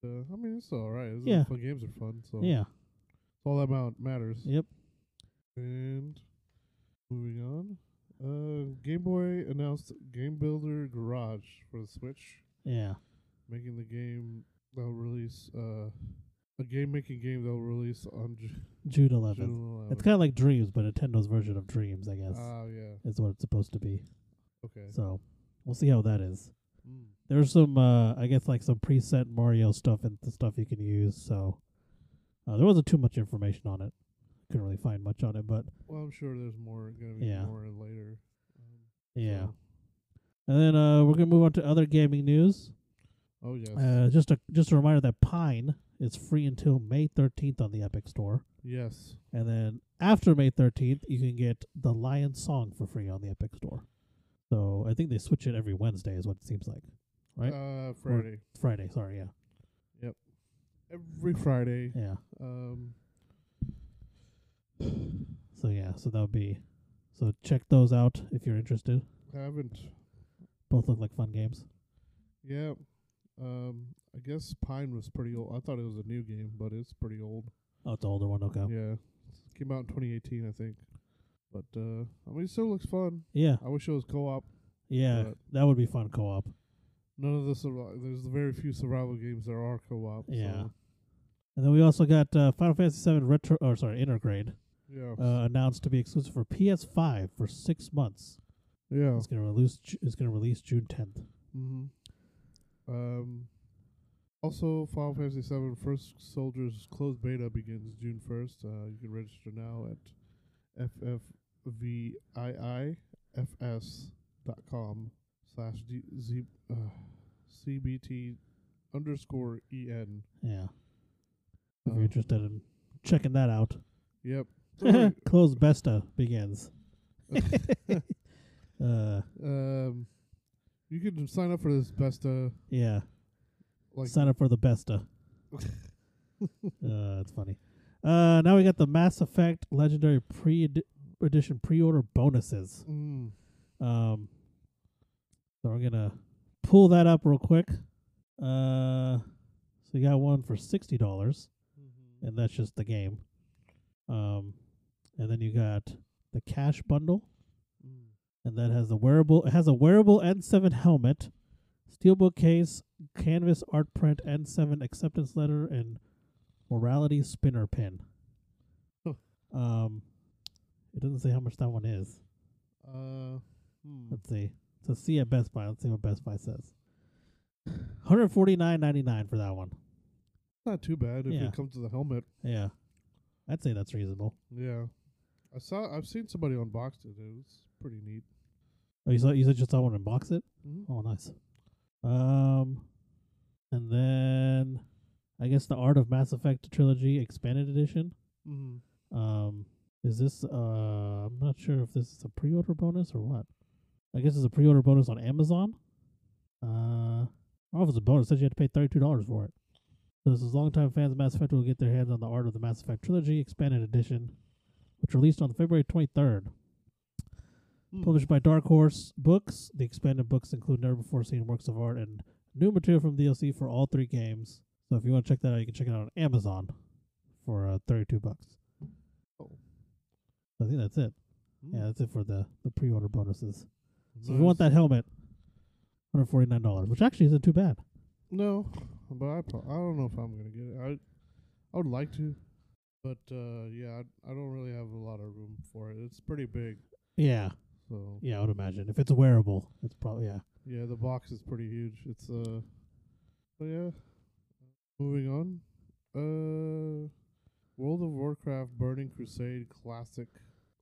[SPEAKER 2] Uh, I mean, it's all right. It's
[SPEAKER 1] Yeah.
[SPEAKER 2] Fun games are fun. So
[SPEAKER 1] yeah,
[SPEAKER 2] it's all that amount matters.
[SPEAKER 1] yep.
[SPEAKER 2] And moving on. Uh, Game Boy announced Game Builder Garage for the Switch.
[SPEAKER 1] Yeah,
[SPEAKER 2] making the game that'll release uh, a game making game that'll release on Ju-
[SPEAKER 1] June 11th.
[SPEAKER 2] June 11th.
[SPEAKER 1] It's kind of like Dreams, but Nintendo's version of Dreams, I guess,
[SPEAKER 2] Oh yeah.
[SPEAKER 1] is what it's supposed to be.
[SPEAKER 2] Okay.
[SPEAKER 1] So we'll see how that is.
[SPEAKER 2] Mm.
[SPEAKER 1] There's some, uh, I guess, like some preset Mario stuff and th- stuff you can use. So uh, there wasn't too much information on it. Couldn't really find much on it, but
[SPEAKER 2] Well, I'm sure there's more gonna be
[SPEAKER 1] Yeah.
[SPEAKER 2] more later. Um,
[SPEAKER 1] yeah.
[SPEAKER 2] so-
[SPEAKER 1] And then uh, we're gonna move on to other gaming news.
[SPEAKER 2] Oh yes.
[SPEAKER 1] Uh, just a just a reminder that Pine is free until May 13th on the Epic Store,
[SPEAKER 2] yes.
[SPEAKER 1] and then after May 13th, you can get the Lion's Song for free on the Epic Store. So I think they switch it every Wednesday, is what it seems like. right?
[SPEAKER 2] Uh, Friday.
[SPEAKER 1] Friday, sorry, yeah,
[SPEAKER 2] Every Friday.
[SPEAKER 1] yeah.
[SPEAKER 2] Um.
[SPEAKER 1] So yeah, so that would be. So check those out if you're interested.
[SPEAKER 2] Haven't.
[SPEAKER 1] Both look like fun games.
[SPEAKER 2] Yeah. Um. I guess Pine was pretty old. I thought it was a new game, but it's pretty old.
[SPEAKER 1] Oh, it's an older one. Okay.
[SPEAKER 2] Yeah. Came out in 2018, I think. But uh, I mean, it still looks fun.
[SPEAKER 1] Yeah,
[SPEAKER 2] I wish it was co-op.
[SPEAKER 1] yeah,
[SPEAKER 2] But-
[SPEAKER 1] that would be fun co-op.
[SPEAKER 2] None of the survival. There's very few survival games that are co-op.
[SPEAKER 1] Yeah.
[SPEAKER 2] So,
[SPEAKER 1] And then we also got uh, Final Fantasy VII Retro, or sorry, Intergrade,
[SPEAKER 2] yeah.
[SPEAKER 1] uh, announced to be exclusive for PS5 for six months.
[SPEAKER 2] yeah.
[SPEAKER 1] It's gonna release. Ju- It's gonna release June 10th.
[SPEAKER 2] Mm-hmm. Um. Also, Final Fantasy VII First Soldiers closed beta begins June 1st. Uh, you can register now at ffviifs.com slash D- Z- uh, cbt underscore E en.
[SPEAKER 1] Yeah. If
[SPEAKER 2] Uh,
[SPEAKER 1] you're interested in checking that out,
[SPEAKER 2] Yep.
[SPEAKER 1] Closed Besta begins. uh,
[SPEAKER 2] um, you can sign up for this Besta.
[SPEAKER 1] yeah.
[SPEAKER 2] Like
[SPEAKER 1] Sign up for the Besta. Uh, that's funny. Uh, now we got the Mass Effect Legendary Pre Edition pre order bonuses.
[SPEAKER 2] Mm.
[SPEAKER 1] Um, so we're gonna pull that up real quick. Uh, so you got one for sixty dollars,
[SPEAKER 2] Mm-hmm.
[SPEAKER 1] and that's just the game. Um, and then you got the cash bundle,
[SPEAKER 2] Mm.
[SPEAKER 1] and that has the wearable. It has a wearable N7 helmet, steelbook case, canvas art print, N7 acceptance letter, and morality spinner pin.
[SPEAKER 2] Huh.
[SPEAKER 1] Um, it doesn't say how much that one is.
[SPEAKER 2] Uh, hmm.
[SPEAKER 1] Let's see. So see at Best Buy. Let's see what Best Buy says. Hundred forty nine ninety nine for that one.
[SPEAKER 2] not too bad if
[SPEAKER 1] Yeah.
[SPEAKER 2] it comes to the helmet.
[SPEAKER 1] Yeah, I'd say that's reasonable.
[SPEAKER 2] Yeah, I saw. I've seen somebody unboxed it. It was pretty neat.
[SPEAKER 1] Oh, you saw you said you saw one and box it. Oh, nice. Um, and then I guess the Art of Mass Effect trilogy expanded edition.
[SPEAKER 2] Mm-hmm.
[SPEAKER 1] Um, is this uh? I'm not sure if this is a pre order bonus or what. I guess it's a pre order bonus on Amazon. Uh, I don't know if it's a bonus. It says you had to pay thirty two dollars for it. So this is longtime fans of Mass Effect will get their hands on the Art of the Mass Effect trilogy expanded edition, which released on February twenty third.
[SPEAKER 2] Hmm.
[SPEAKER 1] Published by Dark Horse Books, the expanded books include never before seen works of art and new material from DLC for all three games. So if you want to check that out, you can check it out on Amazon for uh, thirty two bucks.
[SPEAKER 2] Oh.
[SPEAKER 1] I think that's it. Yeah,
[SPEAKER 2] Mm.
[SPEAKER 1] that's it for the, the pre order bonuses. So if you want that helmet, hundred forty nine dollars, which actually isn't too bad.
[SPEAKER 2] No, but I pro- I don't know if I'm gonna get it. I I would like to, but uh, yeah, I, I don't really have a lot of room for it. It's pretty big,
[SPEAKER 1] Yeah,
[SPEAKER 2] so
[SPEAKER 1] yeah, I would imagine if it's wearable, it's probably yeah.
[SPEAKER 2] yeah, the box is pretty huge. It's uh, but yeah, moving on. Uh, World of Warcraft Burning Crusade Classic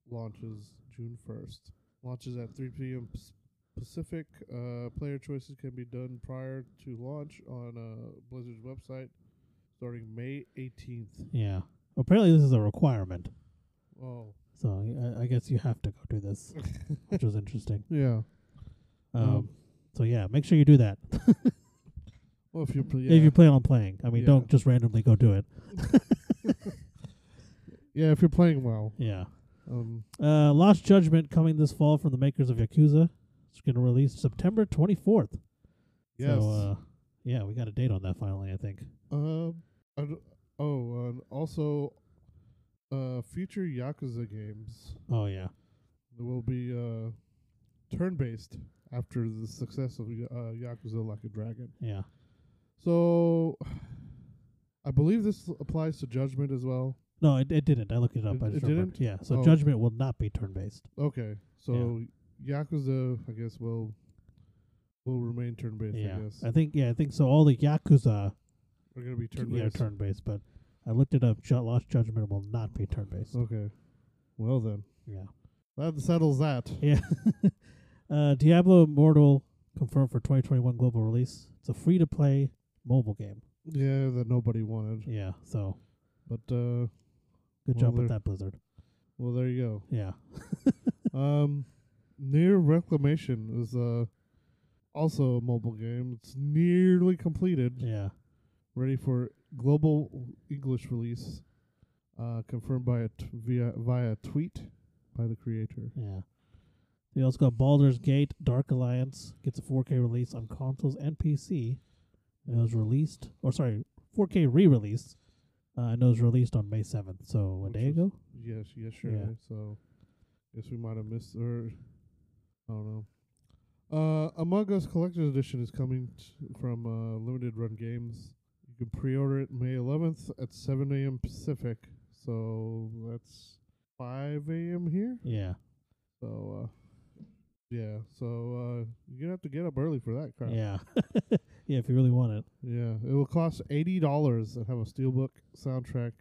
[SPEAKER 2] launches June first. Launches at 3 p.m. Pac- Pacific. Uh, player choices can be done prior to launch on uh, Blizzard's website, starting May 18th.
[SPEAKER 1] Yeah, apparently this is a requirement,
[SPEAKER 2] Oh,
[SPEAKER 1] so I, I guess you have to go do this, which was interesting.
[SPEAKER 2] yeah.
[SPEAKER 1] Um,
[SPEAKER 2] Um,
[SPEAKER 1] so yeah, make sure you do that
[SPEAKER 2] Well, if you play,
[SPEAKER 1] if
[SPEAKER 2] yeah.
[SPEAKER 1] you plan on playing. I mean,
[SPEAKER 2] Yeah.
[SPEAKER 1] don't just randomly go do it.
[SPEAKER 2] yeah, if you're playing WoW.
[SPEAKER 1] Yeah.
[SPEAKER 2] Um,
[SPEAKER 1] Uh, Lost Judgment coming this fall from the makers of Yakuza. It's going to release September twenty fourth.
[SPEAKER 2] yes.
[SPEAKER 1] So, uh, yeah, we got a date on that finally. I think.
[SPEAKER 2] Um, I d- oh, and also, uh, future Yakuza games
[SPEAKER 1] Oh yeah.
[SPEAKER 2] will be uh, turn-based after the success of Y- uh, Yakuza Like a Dragon.
[SPEAKER 1] Yeah.
[SPEAKER 2] So, I believe this applies to Judgment as well.
[SPEAKER 1] No, it, it didn't. I looked it up.
[SPEAKER 2] It-
[SPEAKER 1] I just
[SPEAKER 2] it
[SPEAKER 1] remembered.
[SPEAKER 2] didn't?
[SPEAKER 1] Yeah. So
[SPEAKER 2] Oh.
[SPEAKER 1] judgment will not be turn based.
[SPEAKER 2] Okay, so Yakuza, I guess, will will remain turn-based.
[SPEAKER 1] Yeah.
[SPEAKER 2] I guess
[SPEAKER 1] I think. Yeah. I think so. All the yakuza
[SPEAKER 2] are gonna be
[SPEAKER 1] turn yeah,
[SPEAKER 2] turn-based.
[SPEAKER 1] turn based, but I looked it up. Ju- Lost judgment will not be turn based.
[SPEAKER 2] Okay. Well then,
[SPEAKER 1] Yeah.
[SPEAKER 2] that settles that.
[SPEAKER 1] Yeah. uh, Diablo Immortal confirmed for 2021 global release. It's a free to play mobile game.
[SPEAKER 2] Yeah, that nobody wanted.
[SPEAKER 1] Yeah. So
[SPEAKER 2] But uh,
[SPEAKER 1] good
[SPEAKER 2] Well,
[SPEAKER 1] job with
[SPEAKER 2] they're-
[SPEAKER 1] that Blizzard.
[SPEAKER 2] well, there you go.
[SPEAKER 1] Yeah.
[SPEAKER 2] Um, Near Reclamation is uh also a mobile game. It's nearly completed,
[SPEAKER 1] Yeah.
[SPEAKER 2] ready for global English release. Uh, confirmed by a t- via via tweet by the creator.
[SPEAKER 1] Yeah. We also got Baldur's Gate Dark Alliance gets a 4K release on consoles and PC. And it was released, or sorry, 4K re-released. Uh, and it was released on May 7th, so a
[SPEAKER 2] Which
[SPEAKER 1] day
[SPEAKER 2] was-
[SPEAKER 1] ago.
[SPEAKER 2] Yes, yes, sure.
[SPEAKER 1] Yeah.
[SPEAKER 2] So, guess we might have missed or I don't know. Uh, Among Us Collector's Edition is coming t- from uh, Limited Run Games. You can pre-order it May 11th at 7 a.m. Pacific. So that's 5 a.m. here.
[SPEAKER 1] Yeah,
[SPEAKER 2] So uh, yeah, so uh, you're gonna have to get up early for that crap.
[SPEAKER 1] yeah, yeah. If you really want it,
[SPEAKER 2] Yeah, it will cost eighty dollars and have a steelbook soundtrack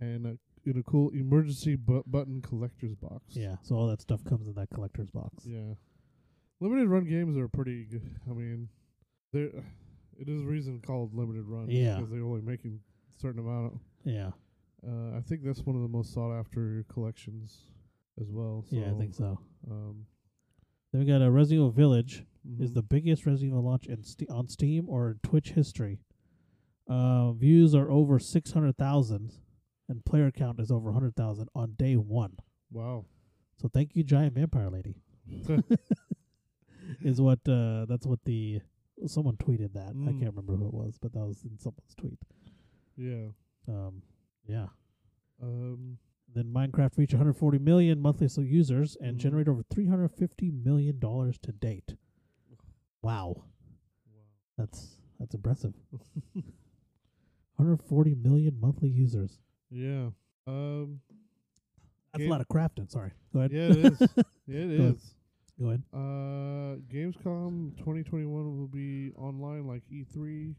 [SPEAKER 2] and a in a cool emergency bu- button collector's box.
[SPEAKER 1] yeah. So all that stuff comes in that collector's box.
[SPEAKER 2] yeah. Limited run games are pretty. G- I mean, there it is a reason called limited run.
[SPEAKER 1] Yeah.
[SPEAKER 2] because they're only making a certain amount. Of,
[SPEAKER 1] Yeah,
[SPEAKER 2] uh, I think that's one of the most sought after collections as well. So,
[SPEAKER 1] yeah. I think so.
[SPEAKER 2] Um,
[SPEAKER 1] Then we got a Resident Evil Village is
[SPEAKER 2] mhm.
[SPEAKER 1] the biggest Resident Evil launch in ste- on Steam or in Twitch history. Uh, views are over 600,000 and player count is over 100,000 on day one.
[SPEAKER 2] Wow.
[SPEAKER 1] So thank you, Giant Vampire Lady. is what uh, that's what the someone tweeted that I
[SPEAKER 2] Mm.
[SPEAKER 1] can't remember who it was, but that was in someone's tweet.
[SPEAKER 2] yeah.
[SPEAKER 1] Um, yeah.
[SPEAKER 2] Um.
[SPEAKER 1] Then Minecraft reached 140 million monthly so users and
[SPEAKER 2] Mhm.
[SPEAKER 1] generated over 350 million dollars to date. Wow,
[SPEAKER 2] Wow.
[SPEAKER 1] that's that's impressive. 140 million monthly users.
[SPEAKER 2] Yeah. Um.
[SPEAKER 1] That's
[SPEAKER 2] Game-
[SPEAKER 1] a lot of crafting. Sorry. Go ahead.
[SPEAKER 2] Yeah, it is. Yeah, it
[SPEAKER 1] Go ahead.
[SPEAKER 2] is.
[SPEAKER 1] Go ahead.
[SPEAKER 2] Uh, Gamescom 2021 will be online like E3.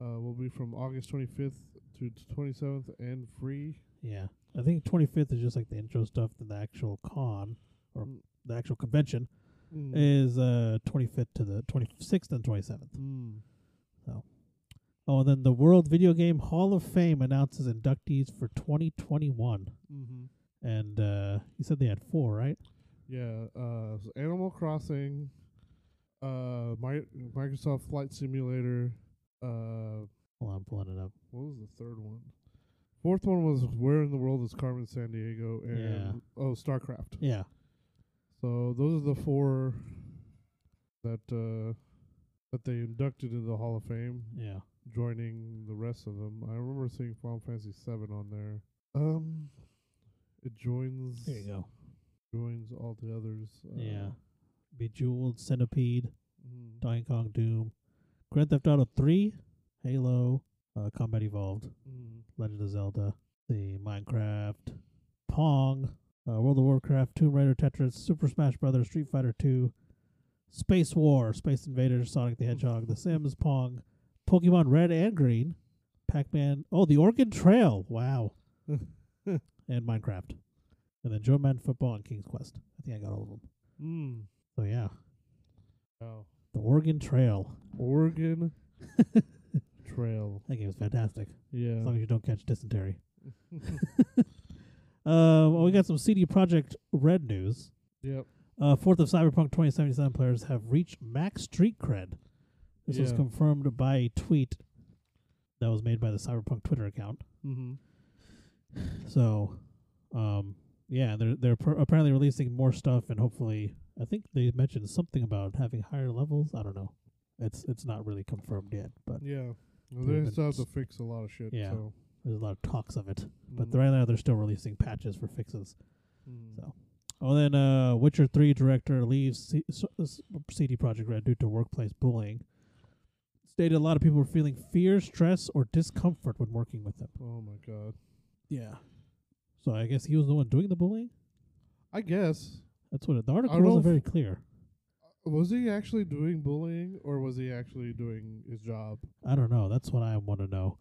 [SPEAKER 2] Uh, will be from August 25th to 27th and free.
[SPEAKER 1] Yeah, I think 25th is just like the intro stuff to the actual con or
[SPEAKER 2] Mm.
[SPEAKER 1] the actual convention
[SPEAKER 2] Mm.
[SPEAKER 1] is uh 25th to the 26th and 27th.
[SPEAKER 2] Mm.
[SPEAKER 1] Oh, and then the World Video Game Hall of Fame announces inductees for 2021.
[SPEAKER 2] Mm-hmm.
[SPEAKER 1] And uh, you said they had four, right?
[SPEAKER 2] Yeah. Uh, so Animal Crossing. Uh, my, Microsoft Flight Simulator. Uh,
[SPEAKER 1] Hold on, I'm pulling it up.
[SPEAKER 2] what was the third one? Fourth one was Where in the World is Carmen San Diego and
[SPEAKER 1] Yeah.
[SPEAKER 2] oh StarCraft.
[SPEAKER 1] Yeah.
[SPEAKER 2] So those are the four that uh, that they inducted into the Hall of Fame,
[SPEAKER 1] Yeah.
[SPEAKER 2] joining the rest of them. I remember seeing Final Fantasy Seven on there. Um, it joins
[SPEAKER 1] There you go.
[SPEAKER 2] joins all the others. Uh,
[SPEAKER 1] yeah. Bejeweled, Centipede,
[SPEAKER 2] mhm.
[SPEAKER 1] Donkey Kong Doom, Grand Theft Auto 3, Halo, uh, Combat Evolved,
[SPEAKER 2] Mm.
[SPEAKER 1] Legend of Zelda, the Minecraft, Pong, uh, World of Warcraft, Tomb Raider, Tetris, Super Smash Brothers, Street Fighter Two, Space War, Space Invaders, Sonic the Hedgehog, The Sims, Pong, Pokemon Red and Green, Pac-Man. Oh, the Oregon Trail. Wow. and Minecraft, and then Joe Man Football and King's Quest. I think I got all of them.
[SPEAKER 2] Mm.
[SPEAKER 1] So yeah,
[SPEAKER 2] Wow.
[SPEAKER 1] the Oregon Trail.
[SPEAKER 2] Oregon Trail.
[SPEAKER 1] That game is fantastic.
[SPEAKER 2] Yeah.
[SPEAKER 1] As long as you don't catch dysentery. Uh, well, we got some CD Project Red news.
[SPEAKER 2] yep.
[SPEAKER 1] Uh, fourth of Cyberpunk 2077 players have reached max street cred. This was
[SPEAKER 2] Yeah.
[SPEAKER 1] confirmed by a tweet that was made by the Cyberpunk Twitter account.
[SPEAKER 2] Mm-hmm.
[SPEAKER 1] So, um, yeah, they're they're pr- apparently releasing more stuff, and hopefully, I think they mentioned something about having higher levels. I don't know. It's it's not really confirmed yet, but
[SPEAKER 2] Yeah.
[SPEAKER 1] They've
[SPEAKER 2] Well, they
[SPEAKER 1] been
[SPEAKER 2] still have
[SPEAKER 1] s-
[SPEAKER 2] to fix a lot of shit.
[SPEAKER 1] Yeah.
[SPEAKER 2] So.
[SPEAKER 1] there's a lot of talks of it. But
[SPEAKER 2] Mm.
[SPEAKER 1] right now, they're still releasing patches for fixes.
[SPEAKER 2] Mm.
[SPEAKER 1] So. Oh, then uh, Witcher 3 director leaves C- s- s- CD Projekt Red due to workplace bullying. Stated a lot of people were feeling fear, stress, or discomfort when working with him.
[SPEAKER 2] Oh my god.
[SPEAKER 1] Yeah. So I guess he was the one doing the bullying?
[SPEAKER 2] I guess.
[SPEAKER 1] That's what it, the article
[SPEAKER 2] don't
[SPEAKER 1] wasn't
[SPEAKER 2] f-
[SPEAKER 1] very clear.
[SPEAKER 2] Was he actually doing bullying or was he actually doing his job
[SPEAKER 1] I don't know. That's what I want to know.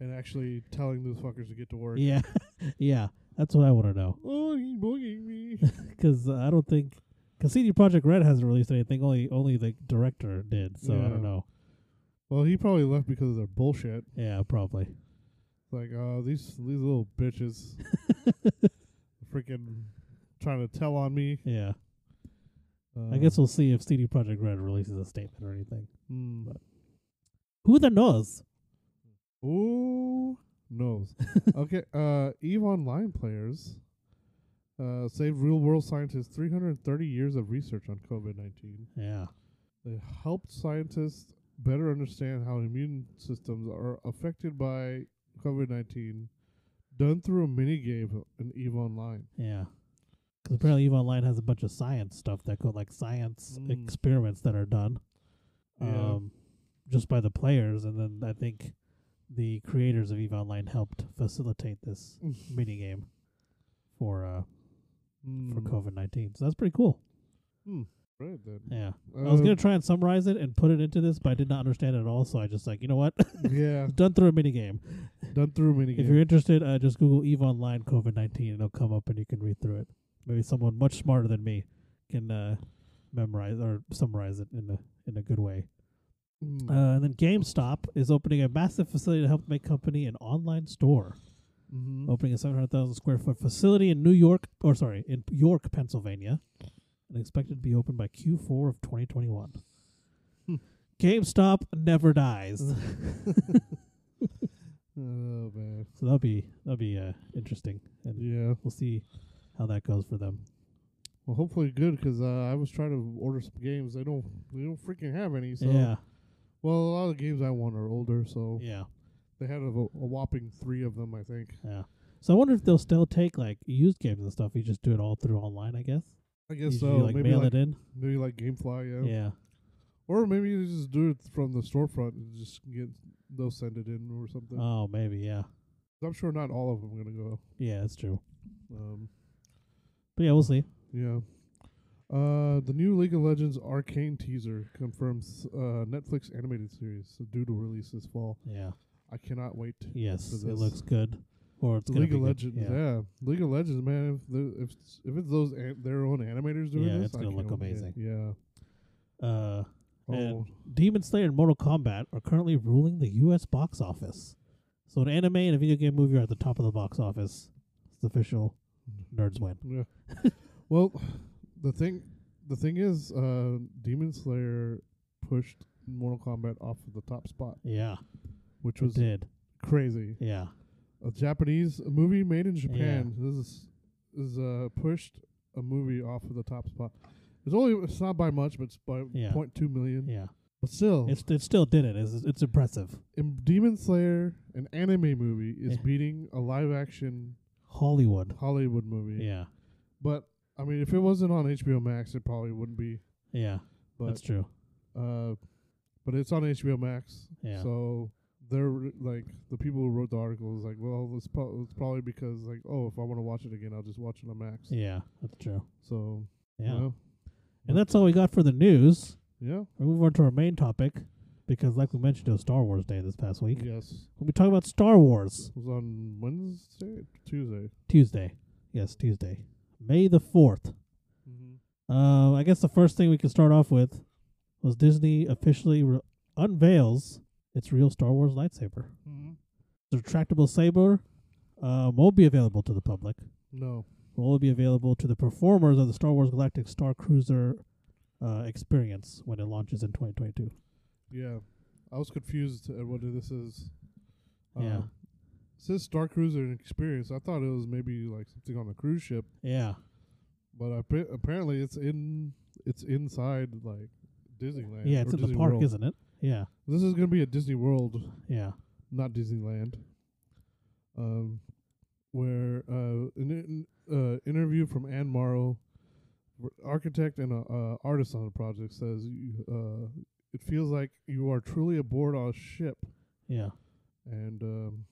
[SPEAKER 2] and actually telling those fuckers to get to work?
[SPEAKER 1] Yeah. yeah. That's what I want to know.
[SPEAKER 2] Oh, he's bullying me.
[SPEAKER 1] 'Cause uh, I don't think. Because CD Projekt Red hasn't released anything, only only the director did. So I
[SPEAKER 2] Yeah.
[SPEAKER 1] don't know.
[SPEAKER 2] well, he probably left because of their bullshit.
[SPEAKER 1] Yeah, probably.
[SPEAKER 2] Like, oh, these these little bitches, freaking trying to tell on me.
[SPEAKER 1] Yeah.
[SPEAKER 2] Uh,
[SPEAKER 1] I guess we'll see if CD Projekt Red releases a statement or anything.
[SPEAKER 2] Mm.
[SPEAKER 1] Who the knows?
[SPEAKER 2] Ooh, knows. okay, uh, Eve Online players uh, saved real world scientists 330 years of research on COVID 19.
[SPEAKER 1] Yeah.
[SPEAKER 2] They helped scientists better understand how immune systems are affected by COVID 19, done through a mini game in Eve Online.
[SPEAKER 1] Yeah. 'Cause apparently Eve Online has a bunch of science stuff that go like science
[SPEAKER 2] Mm.
[SPEAKER 1] experiments that are done
[SPEAKER 2] Yeah.
[SPEAKER 1] um, just by the players. And then I think the creators of Eve Online helped facilitate this mini game for uh, for
[SPEAKER 2] Mm.
[SPEAKER 1] COVID 19. So that's pretty cool.
[SPEAKER 2] Right then.
[SPEAKER 1] Yeah. I was
[SPEAKER 2] Uh,
[SPEAKER 1] going to try and summarize it and put it into this, but I did not understand it at all. So I just like, you know what?
[SPEAKER 2] Uh. yeah,
[SPEAKER 1] Done through a mini game.
[SPEAKER 2] done through a mini
[SPEAKER 1] If you're
[SPEAKER 2] game.
[SPEAKER 1] interested, uh, just Google Eve Online COVID 19 and it'll come up and you can read through it. Maybe someone much smarter than me can uh, memorize or summarize it in a, in a good way.
[SPEAKER 2] Mm.
[SPEAKER 1] Uh, and then GameStop is opening a massive facility to help make company an online store,
[SPEAKER 2] Mhm.
[SPEAKER 1] opening a 700,000 square foot facility in New York, or sorry, in York, Pennsylvania, and expected to be open by Q4 of 2021.
[SPEAKER 2] Hmm.
[SPEAKER 1] GameStop never dies. so
[SPEAKER 2] Oh man.
[SPEAKER 1] that'll be that'll be uh, interesting, and
[SPEAKER 2] Yeah.
[SPEAKER 1] we'll see how that goes for them.
[SPEAKER 2] Well, hopefully good 'cause uh, I was trying to order some games. They don't they don't freaking have any. So
[SPEAKER 1] yeah,
[SPEAKER 2] well, a lot of the games I want are older. So
[SPEAKER 1] yeah,
[SPEAKER 2] they had a, a whopping three of them, I think.
[SPEAKER 1] yeah. So I wonder if they'll still take like used games and stuff. You just do it all through online, I guess.
[SPEAKER 2] I
[SPEAKER 1] You
[SPEAKER 2] guess
[SPEAKER 1] just-
[SPEAKER 2] so.
[SPEAKER 1] you, like
[SPEAKER 2] maybe
[SPEAKER 1] mail it
[SPEAKER 2] like
[SPEAKER 1] in.
[SPEAKER 2] maybe like GameFly, yeah.
[SPEAKER 1] Yeah,
[SPEAKER 2] Or maybe you just do it from the storefront and just get they'll send it in or something.
[SPEAKER 1] Oh, maybe. Yeah.
[SPEAKER 2] I'm sure not all of them are gonna go.
[SPEAKER 1] Yeah, that's true.
[SPEAKER 2] Um,
[SPEAKER 1] But yeah, we'll see.
[SPEAKER 2] yeah. Uh, the new League of Legends Arcane teaser confirms uh, Netflix animated series so due to release this fall.
[SPEAKER 1] Yeah.
[SPEAKER 2] I cannot wait.
[SPEAKER 1] Yes,
[SPEAKER 2] For
[SPEAKER 1] it
[SPEAKER 2] this.
[SPEAKER 1] looks good. Or it's
[SPEAKER 2] The
[SPEAKER 1] gonna
[SPEAKER 2] League
[SPEAKER 1] be
[SPEAKER 2] of
[SPEAKER 1] good.
[SPEAKER 2] Legends,
[SPEAKER 1] Yeah.
[SPEAKER 2] yeah. League of Legends, man. If the, if s- if it's those an- their own animators doing
[SPEAKER 1] Yeah,
[SPEAKER 2] this,
[SPEAKER 1] it's
[SPEAKER 2] I
[SPEAKER 1] gonna look
[SPEAKER 2] can't wait.
[SPEAKER 1] amazing.
[SPEAKER 2] Yeah.
[SPEAKER 1] Uh,
[SPEAKER 2] Oh,
[SPEAKER 1] Demon Slayer and Mortal Kombat are currently ruling the U.S. box office. So an anime and a video game movie are at the top of the box office. It's official. Nerds win.
[SPEAKER 2] Yeah. well, the thing, the thing is, uh, Demon Slayer pushed Mortal Kombat off of the top spot,
[SPEAKER 1] Yeah,
[SPEAKER 2] which
[SPEAKER 1] it
[SPEAKER 2] was
[SPEAKER 1] did.
[SPEAKER 2] crazy.
[SPEAKER 1] Yeah,
[SPEAKER 2] A Japanese a movie made in Japan. This is is uh, pushed a movie off of the top spot. It's only it's not by much, but it's by
[SPEAKER 1] Yeah.
[SPEAKER 2] point two million.
[SPEAKER 1] yeah.
[SPEAKER 2] But still,
[SPEAKER 1] It's it still did it. It's it's impressive.
[SPEAKER 2] in Demon Slayer, an anime movie, is
[SPEAKER 1] Yeah.
[SPEAKER 2] beating a live action
[SPEAKER 1] Hollywood.
[SPEAKER 2] Hollywood movie.
[SPEAKER 1] Yeah,
[SPEAKER 2] But I mean, if it wasn't on HBO Max, it probably wouldn't be.
[SPEAKER 1] yeah.
[SPEAKER 2] But
[SPEAKER 1] that's true.
[SPEAKER 2] Uh, but it's on HBO Max.
[SPEAKER 1] Yeah.
[SPEAKER 2] So they're r- like the people who wrote the article is like, well, it's, pro- it's probably because like, oh, if I want to watch it again, I'll just watch it on Max.
[SPEAKER 1] Yeah, that's true.
[SPEAKER 2] So
[SPEAKER 1] Yeah,
[SPEAKER 2] you know,
[SPEAKER 1] and that's
[SPEAKER 2] uh,
[SPEAKER 1] all we got for the news.
[SPEAKER 2] yeah,
[SPEAKER 1] We move on to our main topic because, like we mentioned, it was Star Wars Day this past week.
[SPEAKER 2] yes,
[SPEAKER 1] We'll be talking about Star Wars
[SPEAKER 2] it was on Wednesday, Tuesday.
[SPEAKER 1] Tuesday. Yes, Tuesday, May the fourth.
[SPEAKER 2] Mm-hmm.
[SPEAKER 1] Uh, I guess the first thing we can start off with was Disney officially re- unveils its real Star Wars lightsaber.
[SPEAKER 2] Mm-hmm.
[SPEAKER 1] The retractable saber uh, won't be available to the public.
[SPEAKER 2] No,
[SPEAKER 1] Will only be available to the performers of the Star Wars Galactic Star Cruiser uh, experience when it launches in 2022.
[SPEAKER 2] yeah, I was confused at whether this is. Uh,
[SPEAKER 1] Yeah.
[SPEAKER 2] Since Star Cruiser Experience, I thought it was maybe like something on a cruise ship,
[SPEAKER 1] Yeah,
[SPEAKER 2] but appa- apparently it's in it's inside like Disneyland.
[SPEAKER 1] yeah, it's
[SPEAKER 2] or
[SPEAKER 1] in
[SPEAKER 2] Disney
[SPEAKER 1] the park,
[SPEAKER 2] World.
[SPEAKER 1] isn't it? Yeah,
[SPEAKER 2] This is gonna be at Disney World,
[SPEAKER 1] yeah,
[SPEAKER 2] not Disneyland. Um, where uh, an in, uh, interview from Ann Morrow, r- architect and a uh, artist on the project, says you, uh, it feels like you are truly aboard our ship,
[SPEAKER 1] yeah,
[SPEAKER 2] and um,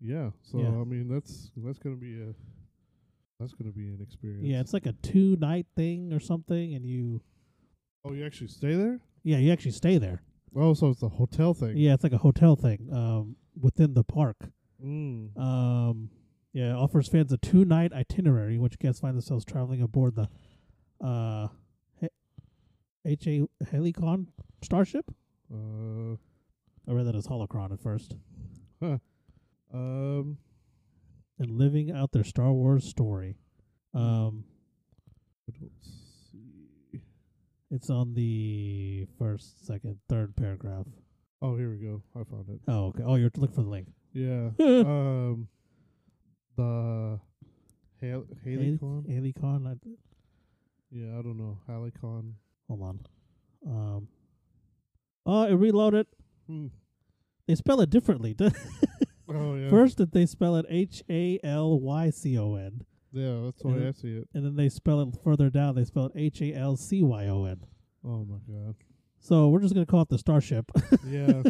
[SPEAKER 2] yeah. So
[SPEAKER 1] Yeah.
[SPEAKER 2] I mean, that's that's gonna be a that's gonna be an experience.
[SPEAKER 1] yeah. It's like a two night thing or something, and you
[SPEAKER 2] oh, you actually stay there?
[SPEAKER 1] yeah, you actually stay there.
[SPEAKER 2] Oh, so it's a hotel thing.
[SPEAKER 1] Yeah, it's like a hotel thing um, within the park.
[SPEAKER 2] Mm.
[SPEAKER 1] Um, yeah, it offers fans a two night itinerary, which guests find themselves traveling aboard the uh, H A Helicon starship.
[SPEAKER 2] Uh,
[SPEAKER 1] I read that as Holocron at first,
[SPEAKER 2] um,
[SPEAKER 1] and living out their Star Wars story. Um,
[SPEAKER 2] I don't see.
[SPEAKER 1] it's on the first, second, third paragraph.
[SPEAKER 2] Oh, here we go. I found it.
[SPEAKER 1] Oh, okay. Oh, you're looking for the link.
[SPEAKER 2] Yeah. um, the Hal-
[SPEAKER 1] Heli-
[SPEAKER 2] Halicon.
[SPEAKER 1] Helicon. I-
[SPEAKER 2] Yeah, I don't know Halicon.
[SPEAKER 1] Hold on. Um. Oh, it reloaded.
[SPEAKER 2] Hmm.
[SPEAKER 1] They spell it differently.
[SPEAKER 2] Oh yeah.
[SPEAKER 1] First, that they spell it H A L Y C O N,
[SPEAKER 2] yeah, that's why
[SPEAKER 1] Yeah.
[SPEAKER 2] I see it.
[SPEAKER 1] and then they spell it further down. They spell it H A L C Y O N.
[SPEAKER 2] Oh my god.
[SPEAKER 1] So we're just gonna call it the Starship.
[SPEAKER 2] Yeah.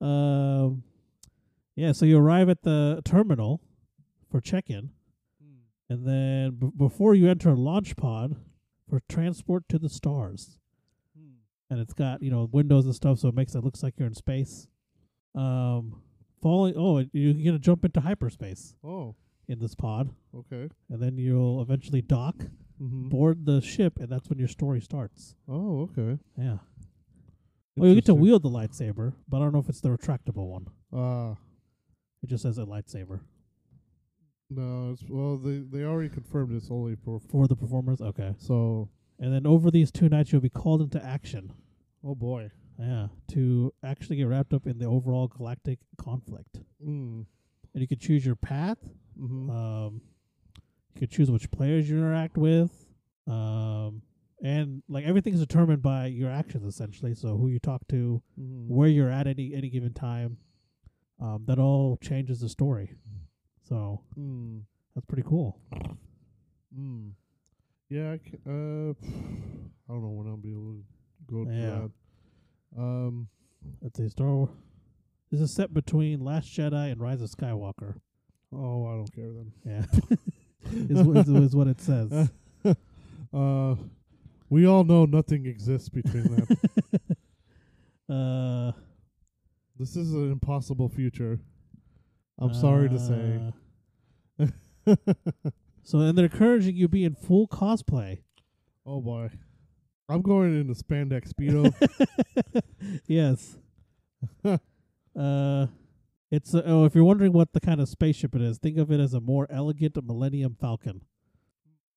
[SPEAKER 1] um, yeah. So you arrive at the terminal for check-in,
[SPEAKER 2] Hmm,
[SPEAKER 1] and then b- before you enter a launch pod for transport to the stars.
[SPEAKER 2] hmm.
[SPEAKER 1] and it's got you know windows and stuff, so it makes it looks like you're in space. Um, falling. Oh, you're gonna jump into hyperspace
[SPEAKER 2] oh,
[SPEAKER 1] in this pod,
[SPEAKER 2] okay.
[SPEAKER 1] and then you'll eventually dock,
[SPEAKER 2] Mm-hmm.
[SPEAKER 1] board the ship, and that's when your story starts.
[SPEAKER 2] Oh, okay.
[SPEAKER 1] Yeah. Well, Oh, you get to
[SPEAKER 2] Interesting.
[SPEAKER 1] wield the lightsaber, but I don't know if it's the retractable one.
[SPEAKER 2] Ah,
[SPEAKER 1] It just says a lightsaber
[SPEAKER 2] no. It's well, they they already confirmed it's only for.
[SPEAKER 1] for the performers. Okay.
[SPEAKER 2] So
[SPEAKER 1] And then over these two nights, you'll be called into action
[SPEAKER 2] Oh boy.
[SPEAKER 1] Yeah, to actually get wrapped up in the overall galactic conflict.
[SPEAKER 2] Mm.
[SPEAKER 1] And you could choose your path.
[SPEAKER 2] Mm-hmm.
[SPEAKER 1] Um, you could choose which players you interact with. Um, and like everything's determined by your actions essentially. So who you talk to,
[SPEAKER 2] mm-hmm.
[SPEAKER 1] where you're at any any given time, um, that all changes the story. So
[SPEAKER 2] Mm.
[SPEAKER 1] that's pretty cool.
[SPEAKER 2] Mm. Yeah, I, c- uh, I don't know when I'll be able to go to
[SPEAKER 1] Yeah.
[SPEAKER 2] that. Um,
[SPEAKER 1] Let's see, Star Wars. This is set between Last Jedi and Rise of Skywalker.
[SPEAKER 2] oh, I don't care then.
[SPEAKER 1] Yeah, is, wh- is, is what it says.
[SPEAKER 2] Uh, we all know nothing exists between them.
[SPEAKER 1] Uh,
[SPEAKER 2] This is an impossible future. I'm sorry to say.
[SPEAKER 1] uh, So and they're encouraging you be in full cosplay.
[SPEAKER 2] Oh boy, I'm going into spandex speedo.
[SPEAKER 1] Yes. uh, it's a, oh, if you're wondering what the kind of spaceship it is, think of it as a more elegant Millennium Falcon.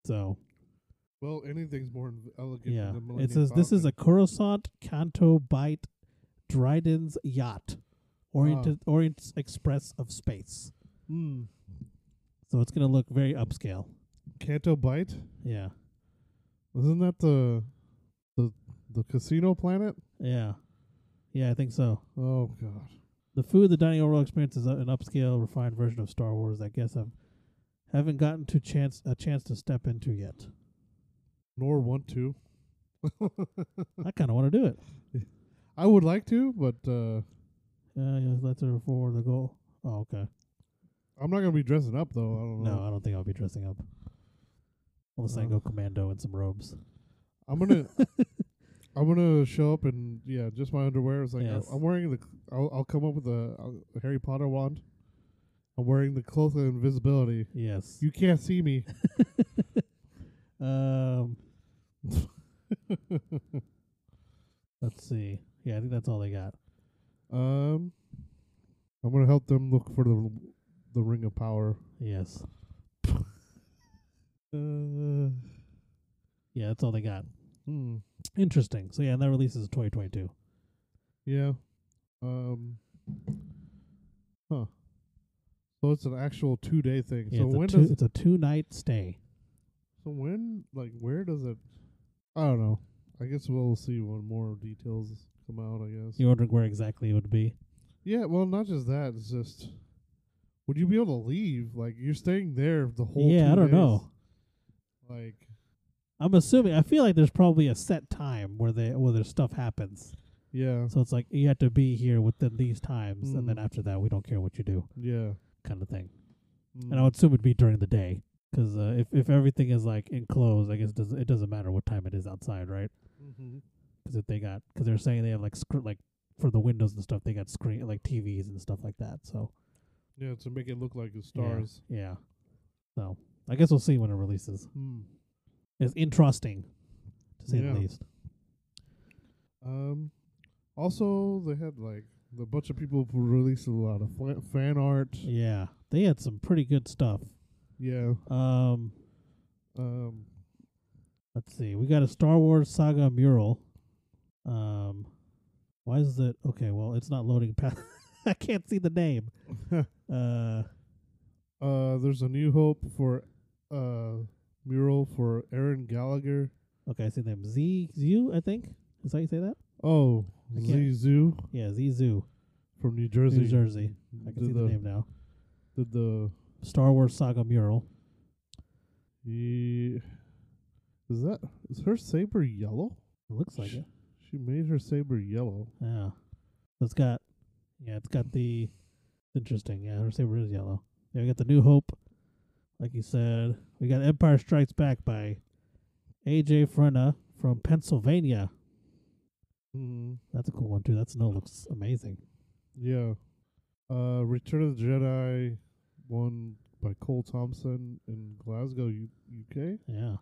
[SPEAKER 1] So
[SPEAKER 2] well, anything's more inv- elegant.
[SPEAKER 1] yeah,
[SPEAKER 2] than the Millennium
[SPEAKER 1] it says this is a
[SPEAKER 2] Falcon.
[SPEAKER 1] Coruscant Canto Bight Dryden's yacht, Orient Orient Express of space. hmm.
[SPEAKER 2] mm.
[SPEAKER 1] So it's gonna look very upscale.
[SPEAKER 2] Canto Bite.
[SPEAKER 1] Yeah,
[SPEAKER 2] Isn't that the the the casino planet?
[SPEAKER 1] yeah, yeah. I think so.
[SPEAKER 2] Oh god.
[SPEAKER 1] The food, the dining overall experience is a- an upscale, refined version of Star Wars. that I guess I haven't gotten to chance a chance to step into yet.
[SPEAKER 2] Nor want to.
[SPEAKER 1] I kind of want to do it.
[SPEAKER 2] I would like to, but uh
[SPEAKER 1] Uh, yeah, that's her for the goal. Oh, okay.
[SPEAKER 2] I'm not gonna be dressing up though. I don't know.
[SPEAKER 1] No, I don't think I'll be dressing up. Unless I
[SPEAKER 2] Mm.
[SPEAKER 1] go
[SPEAKER 2] Oh.
[SPEAKER 1] commando in some robes.
[SPEAKER 2] I'm gonna I'm gonna show up and yeah, just my underwear. It's like
[SPEAKER 1] Yes.
[SPEAKER 2] I, am wearing the. I'll, I'll come up with a, a Harry Potter wand. I'm wearing the cloak of invisibility.
[SPEAKER 1] Yes.
[SPEAKER 2] You can't see me.
[SPEAKER 1] Um. let's see. Yeah, I think that's all they got.
[SPEAKER 2] Um, I'm gonna help them look for the the ring of power.
[SPEAKER 1] Yes.
[SPEAKER 2] Uh,
[SPEAKER 1] Yeah, that's all they got.
[SPEAKER 2] hmm.
[SPEAKER 1] Interesting. So yeah, and that releases 2022.
[SPEAKER 2] Yeah. Um. Huh. So it's an actual two day thing.
[SPEAKER 1] Yeah,
[SPEAKER 2] so
[SPEAKER 1] it's,
[SPEAKER 2] when
[SPEAKER 1] a two,
[SPEAKER 2] does
[SPEAKER 1] it's a two night stay.
[SPEAKER 2] so when like where does it? I don't know. I guess we'll see when more details come out. I guess.
[SPEAKER 1] You're wondering where exactly it would be.
[SPEAKER 2] Yeah. Well, not just that. It's just. Would you be able to leave? Like you're staying there the whole.
[SPEAKER 1] yeah,
[SPEAKER 2] two
[SPEAKER 1] I don't
[SPEAKER 2] days.
[SPEAKER 1] know.
[SPEAKER 2] Like
[SPEAKER 1] I'm assuming. I feel like there's probably a set time where they where their stuff happens.
[SPEAKER 2] yeah,
[SPEAKER 1] So it's like you have to be here within these times, and then
[SPEAKER 2] Mm.
[SPEAKER 1] after that, we don't care what you do,
[SPEAKER 2] yeah.
[SPEAKER 1] kind of thing.
[SPEAKER 2] Mm.
[SPEAKER 1] And I would assume it'd be during the day, because uh, if if everything is like enclosed, I guess it doesn't it doesn't matter what time it is outside, right?
[SPEAKER 2] Mm-hmm.
[SPEAKER 1] Because if they got because they're saying they have like scr- like for the windows and stuff, they got screen like TVs and stuff like that. So
[SPEAKER 2] Yeah, to make it look like it's
[SPEAKER 1] yeah,
[SPEAKER 2] stars.
[SPEAKER 1] yeah. So I guess we'll see when it releases.
[SPEAKER 2] Hmm.
[SPEAKER 1] It's interesting, to say
[SPEAKER 2] Yeah.
[SPEAKER 1] the least.
[SPEAKER 2] Um. Also, they had like the bunch of people who released a lot of fla- fan art.
[SPEAKER 1] Yeah, they had some pretty good stuff.
[SPEAKER 2] Yeah.
[SPEAKER 1] Um,
[SPEAKER 2] Um.
[SPEAKER 1] let's see. We got a Star Wars Saga mural. Um, why is it okay? Well, it's not loading. Pa- I can't see the name. uh,
[SPEAKER 2] Uh. There's a new hope for uh mural for Aaron Gallagher.
[SPEAKER 1] okay, I see them. Z Zoo, I think is how you say that.
[SPEAKER 2] Oh,
[SPEAKER 1] I can't-
[SPEAKER 2] Zizu
[SPEAKER 1] Yeah, Z Zoo,
[SPEAKER 2] from New Jersey.
[SPEAKER 1] New Jersey. I can
[SPEAKER 2] Did
[SPEAKER 1] see the, name now.
[SPEAKER 2] Did the
[SPEAKER 1] Star Wars Saga mural.
[SPEAKER 2] ye- is that is her saber yellow?
[SPEAKER 1] It looks like it.
[SPEAKER 2] She made her saber yellow.
[SPEAKER 1] Yeah, it's got. Yeah, it's got the. Interesting. Yeah, her saber is yellow. Yeah, we got the New Hope, like you said. We got Empire Strikes Back by A.J. Frenna from Pennsylvania.
[SPEAKER 2] Mm-hmm.
[SPEAKER 1] That's a cool one too. That snow looks amazing.
[SPEAKER 2] Yeah. Uh, Return of the Jedi, one by Cole Thompson in Glasgow, U- UK.
[SPEAKER 1] Yeah.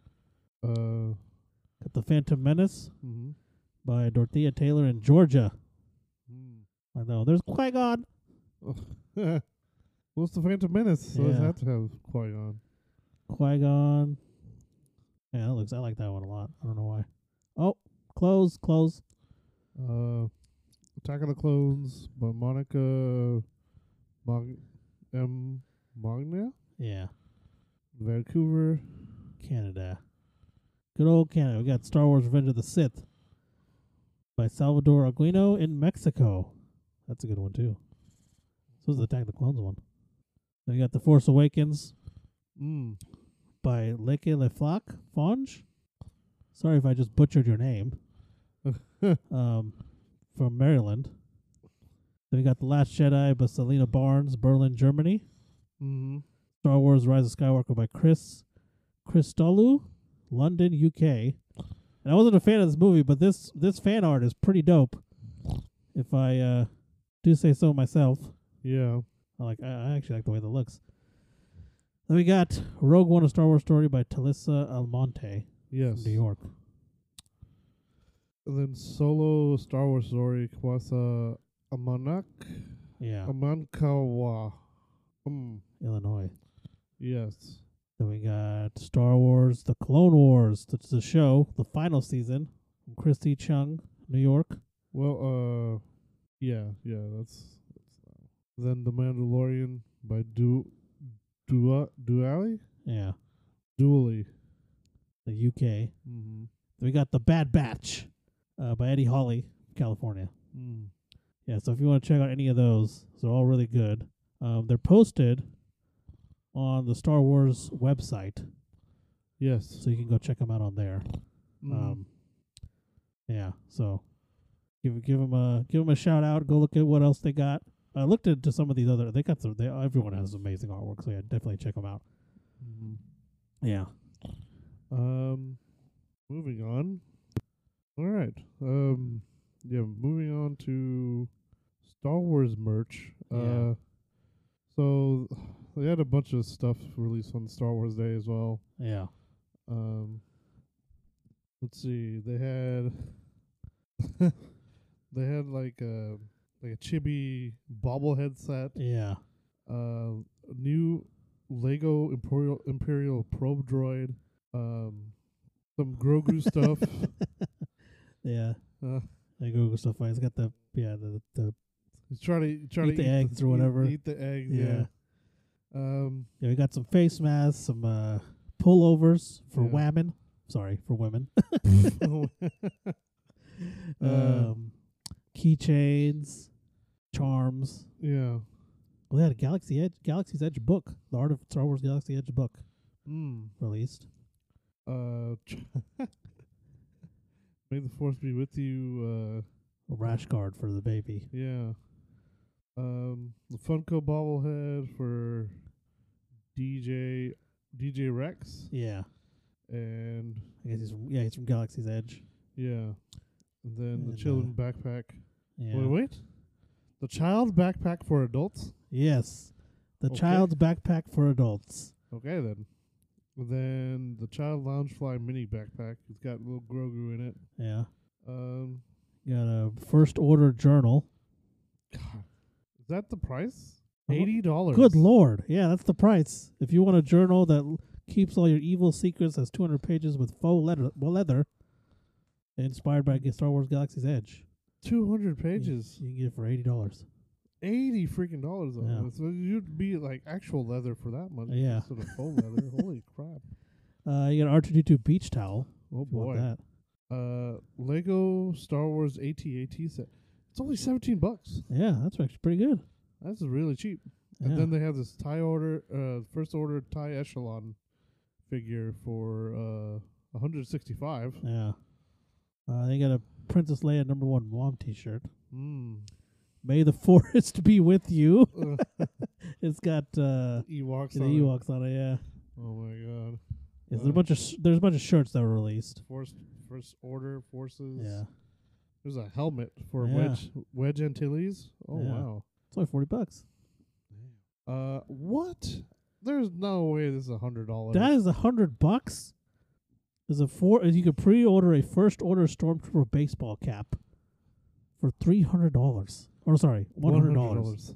[SPEAKER 2] Uh,
[SPEAKER 1] Got the Phantom Menace
[SPEAKER 2] mm-hmm.
[SPEAKER 1] by Dorothea Taylor in Georgia. I know there's Qui Gon.
[SPEAKER 2] Hmm. well, it's the Phantom Menace, so it
[SPEAKER 1] Yeah.
[SPEAKER 2] had to have Qui Gon.
[SPEAKER 1] Qui Gon. Yeah, that looks. I like that one a lot. I don't know why. Oh, close, close.
[SPEAKER 2] Uh, Attack of the Clones by Monica Mag- M. Magna,
[SPEAKER 1] Yeah,
[SPEAKER 2] Vancouver.
[SPEAKER 1] Canada. Good old Canada. We got Star Wars: Revenge of the Sith by Salvador Aguino in Mexico. That's a good one too. So is the Attack of the Clones one. Then we got The Force Awakens
[SPEAKER 2] Mm.
[SPEAKER 1] by Leke Leflac Fonge. Sorry if I just butchered your name. um, from Maryland. Then we got The Last Jedi by Selena Barnes, Berlin, Germany.
[SPEAKER 2] Mm-hmm.
[SPEAKER 1] Star Wars Rise of Skywalker by Chris Christodoulou, London, UK. And I wasn't a fan of this movie, but this this fan art is pretty dope. If I uh, do say so myself.
[SPEAKER 2] Yeah.
[SPEAKER 1] I like. I I actually like the way that looks. Then we got Rogue One: A Star Wars Story by Talissa Almonte
[SPEAKER 2] Yes.
[SPEAKER 1] from New York.
[SPEAKER 2] And then solo Star Wars story Kwasa Amanak
[SPEAKER 1] Yeah,
[SPEAKER 2] Um, Amankawa. Mm.
[SPEAKER 1] Illinois.
[SPEAKER 2] Yes.
[SPEAKER 1] Then we got Star Wars: The Clone Wars. That's the show, the final season. From Christy Chung, New York.
[SPEAKER 2] Well, uh, yeah, yeah. That's, that's uh, then the Mandalorian by Du Dua Duali
[SPEAKER 1] Yeah,
[SPEAKER 2] Dually.
[SPEAKER 1] the UK.
[SPEAKER 2] Mm-hmm.
[SPEAKER 1] Then we got The Bad Batch uh, by Eddie Hawley, California.
[SPEAKER 2] Mm.
[SPEAKER 1] Yeah, so if you want to check out any of those, they're all really good. Um, they're posted on the Star Wars website,
[SPEAKER 2] Yes.
[SPEAKER 1] so you can go check them out on there.
[SPEAKER 2] Mm.
[SPEAKER 1] Um, yeah, so give give them a give 'em a shout out. Go look at what else they got. I looked into some of these other. They got some. They, everyone has amazing artwork, so yeah, definitely check them out.
[SPEAKER 2] Mhm.
[SPEAKER 1] Yeah,
[SPEAKER 2] Um, moving on. All right. Um, yeah, moving on to Star Wars merch.
[SPEAKER 1] Yeah.
[SPEAKER 2] Uh, so they had a bunch of stuff released on Star Wars Day as well.
[SPEAKER 1] yeah.
[SPEAKER 2] Um, let's see. They had they had like a like a chibi bobblehead set.
[SPEAKER 1] Yeah,
[SPEAKER 2] Uh, new Lego Imperial Imperial probe droid. Um, some Grogu stuff.
[SPEAKER 1] yeah.
[SPEAKER 2] Uh,
[SPEAKER 1] They Google stuff. It's got the yeah the the
[SPEAKER 2] He's trying to trying
[SPEAKER 1] Eat
[SPEAKER 2] to
[SPEAKER 1] the
[SPEAKER 2] eat
[SPEAKER 1] eggs
[SPEAKER 2] the,
[SPEAKER 1] or whatever.
[SPEAKER 2] Eat, eat the eggs. Yeah.
[SPEAKER 1] Yeah.
[SPEAKER 2] Um.
[SPEAKER 1] yeah. We got some face masks, some uh, pullovers for
[SPEAKER 2] Yeah.
[SPEAKER 1] women. Sorry for women.
[SPEAKER 2] Uh,
[SPEAKER 1] um, keychains, charms.
[SPEAKER 2] yeah.
[SPEAKER 1] Well, they had a Galaxy Edge, Galaxy's Edge book, the Art of Star Wars Galaxy Edge book
[SPEAKER 2] Mm.
[SPEAKER 1] released.
[SPEAKER 2] Uh. ch- May the force be with you. Uh.
[SPEAKER 1] A rash guard for the baby.
[SPEAKER 2] Yeah. Um. The Funko bobblehead for DJ DJ Rex
[SPEAKER 1] Yeah,
[SPEAKER 2] and
[SPEAKER 1] I guess he's from, yeah he's from Galaxy's Edge.
[SPEAKER 2] yeah, and then
[SPEAKER 1] And, uh,
[SPEAKER 2] the children backpack.
[SPEAKER 1] Yeah.
[SPEAKER 2] Wait, wait. The child backpack for adults.
[SPEAKER 1] Yes, the
[SPEAKER 2] Okay.
[SPEAKER 1] child's backpack for adults.
[SPEAKER 2] Okay then. Then the Child Lounge Fly mini backpack. It's got little Grogu in it.
[SPEAKER 1] Yeah,
[SPEAKER 2] Um,
[SPEAKER 1] you got a first order journal.
[SPEAKER 2] God, is that the price?
[SPEAKER 1] Uh,
[SPEAKER 2] Eighty dollars.
[SPEAKER 1] Good lord, yeah, that's the price. If you want a journal that l- keeps all your evil secrets, has 200 pages with faux leather, well, leather, inspired by G- Star Wars Galaxy's Edge,
[SPEAKER 2] Two hundred
[SPEAKER 1] you-
[SPEAKER 2] pages.
[SPEAKER 1] you, can get it for eighty dollars.
[SPEAKER 2] Eighty freaking dollars. on
[SPEAKER 1] Yeah.
[SPEAKER 2] it. So you'd be like actual leather for that much.
[SPEAKER 1] Yeah.
[SPEAKER 2] Instead of faux leather. Holy crap!
[SPEAKER 1] Uh, you got an R2D2 beach towel.
[SPEAKER 2] Oh
[SPEAKER 1] if you want
[SPEAKER 2] boy.
[SPEAKER 1] that.
[SPEAKER 2] Uh, Lego Star Wars AT-AT set. It's only seventeen bucks.
[SPEAKER 1] Yeah, that's actually pretty good.
[SPEAKER 2] That's really cheap.
[SPEAKER 1] Yeah.
[SPEAKER 2] And then they have this tie order, uh, first order tie echelon figure for uh, 165.
[SPEAKER 1] yeah. Uh, they got a Princess Leia number one mom T-shirt.
[SPEAKER 2] Mm.
[SPEAKER 1] May the forest be with you.
[SPEAKER 2] Uh,
[SPEAKER 1] It's got uh,
[SPEAKER 2] Ewoks.
[SPEAKER 1] the
[SPEAKER 2] on it.
[SPEAKER 1] Ewoks on it. Yeah,
[SPEAKER 2] Oh my god.
[SPEAKER 1] yeah there's a bunch of sh- there's a bunch of shirts that were released.
[SPEAKER 2] Force, first order forces.
[SPEAKER 1] Yeah,
[SPEAKER 2] There's a helmet for
[SPEAKER 1] Yeah.
[SPEAKER 2] Wedge Wedge Antilles. Oh
[SPEAKER 1] Yeah.
[SPEAKER 2] wow.
[SPEAKER 1] it's only forty bucks.
[SPEAKER 2] Uh, what? There's no way this is a hundred dollars.
[SPEAKER 1] That is a hundred bucks. Is a four? You could pre-order a first order stormtrooper baseball cap for three hundred dollars. Or sorry, one hundred dollars.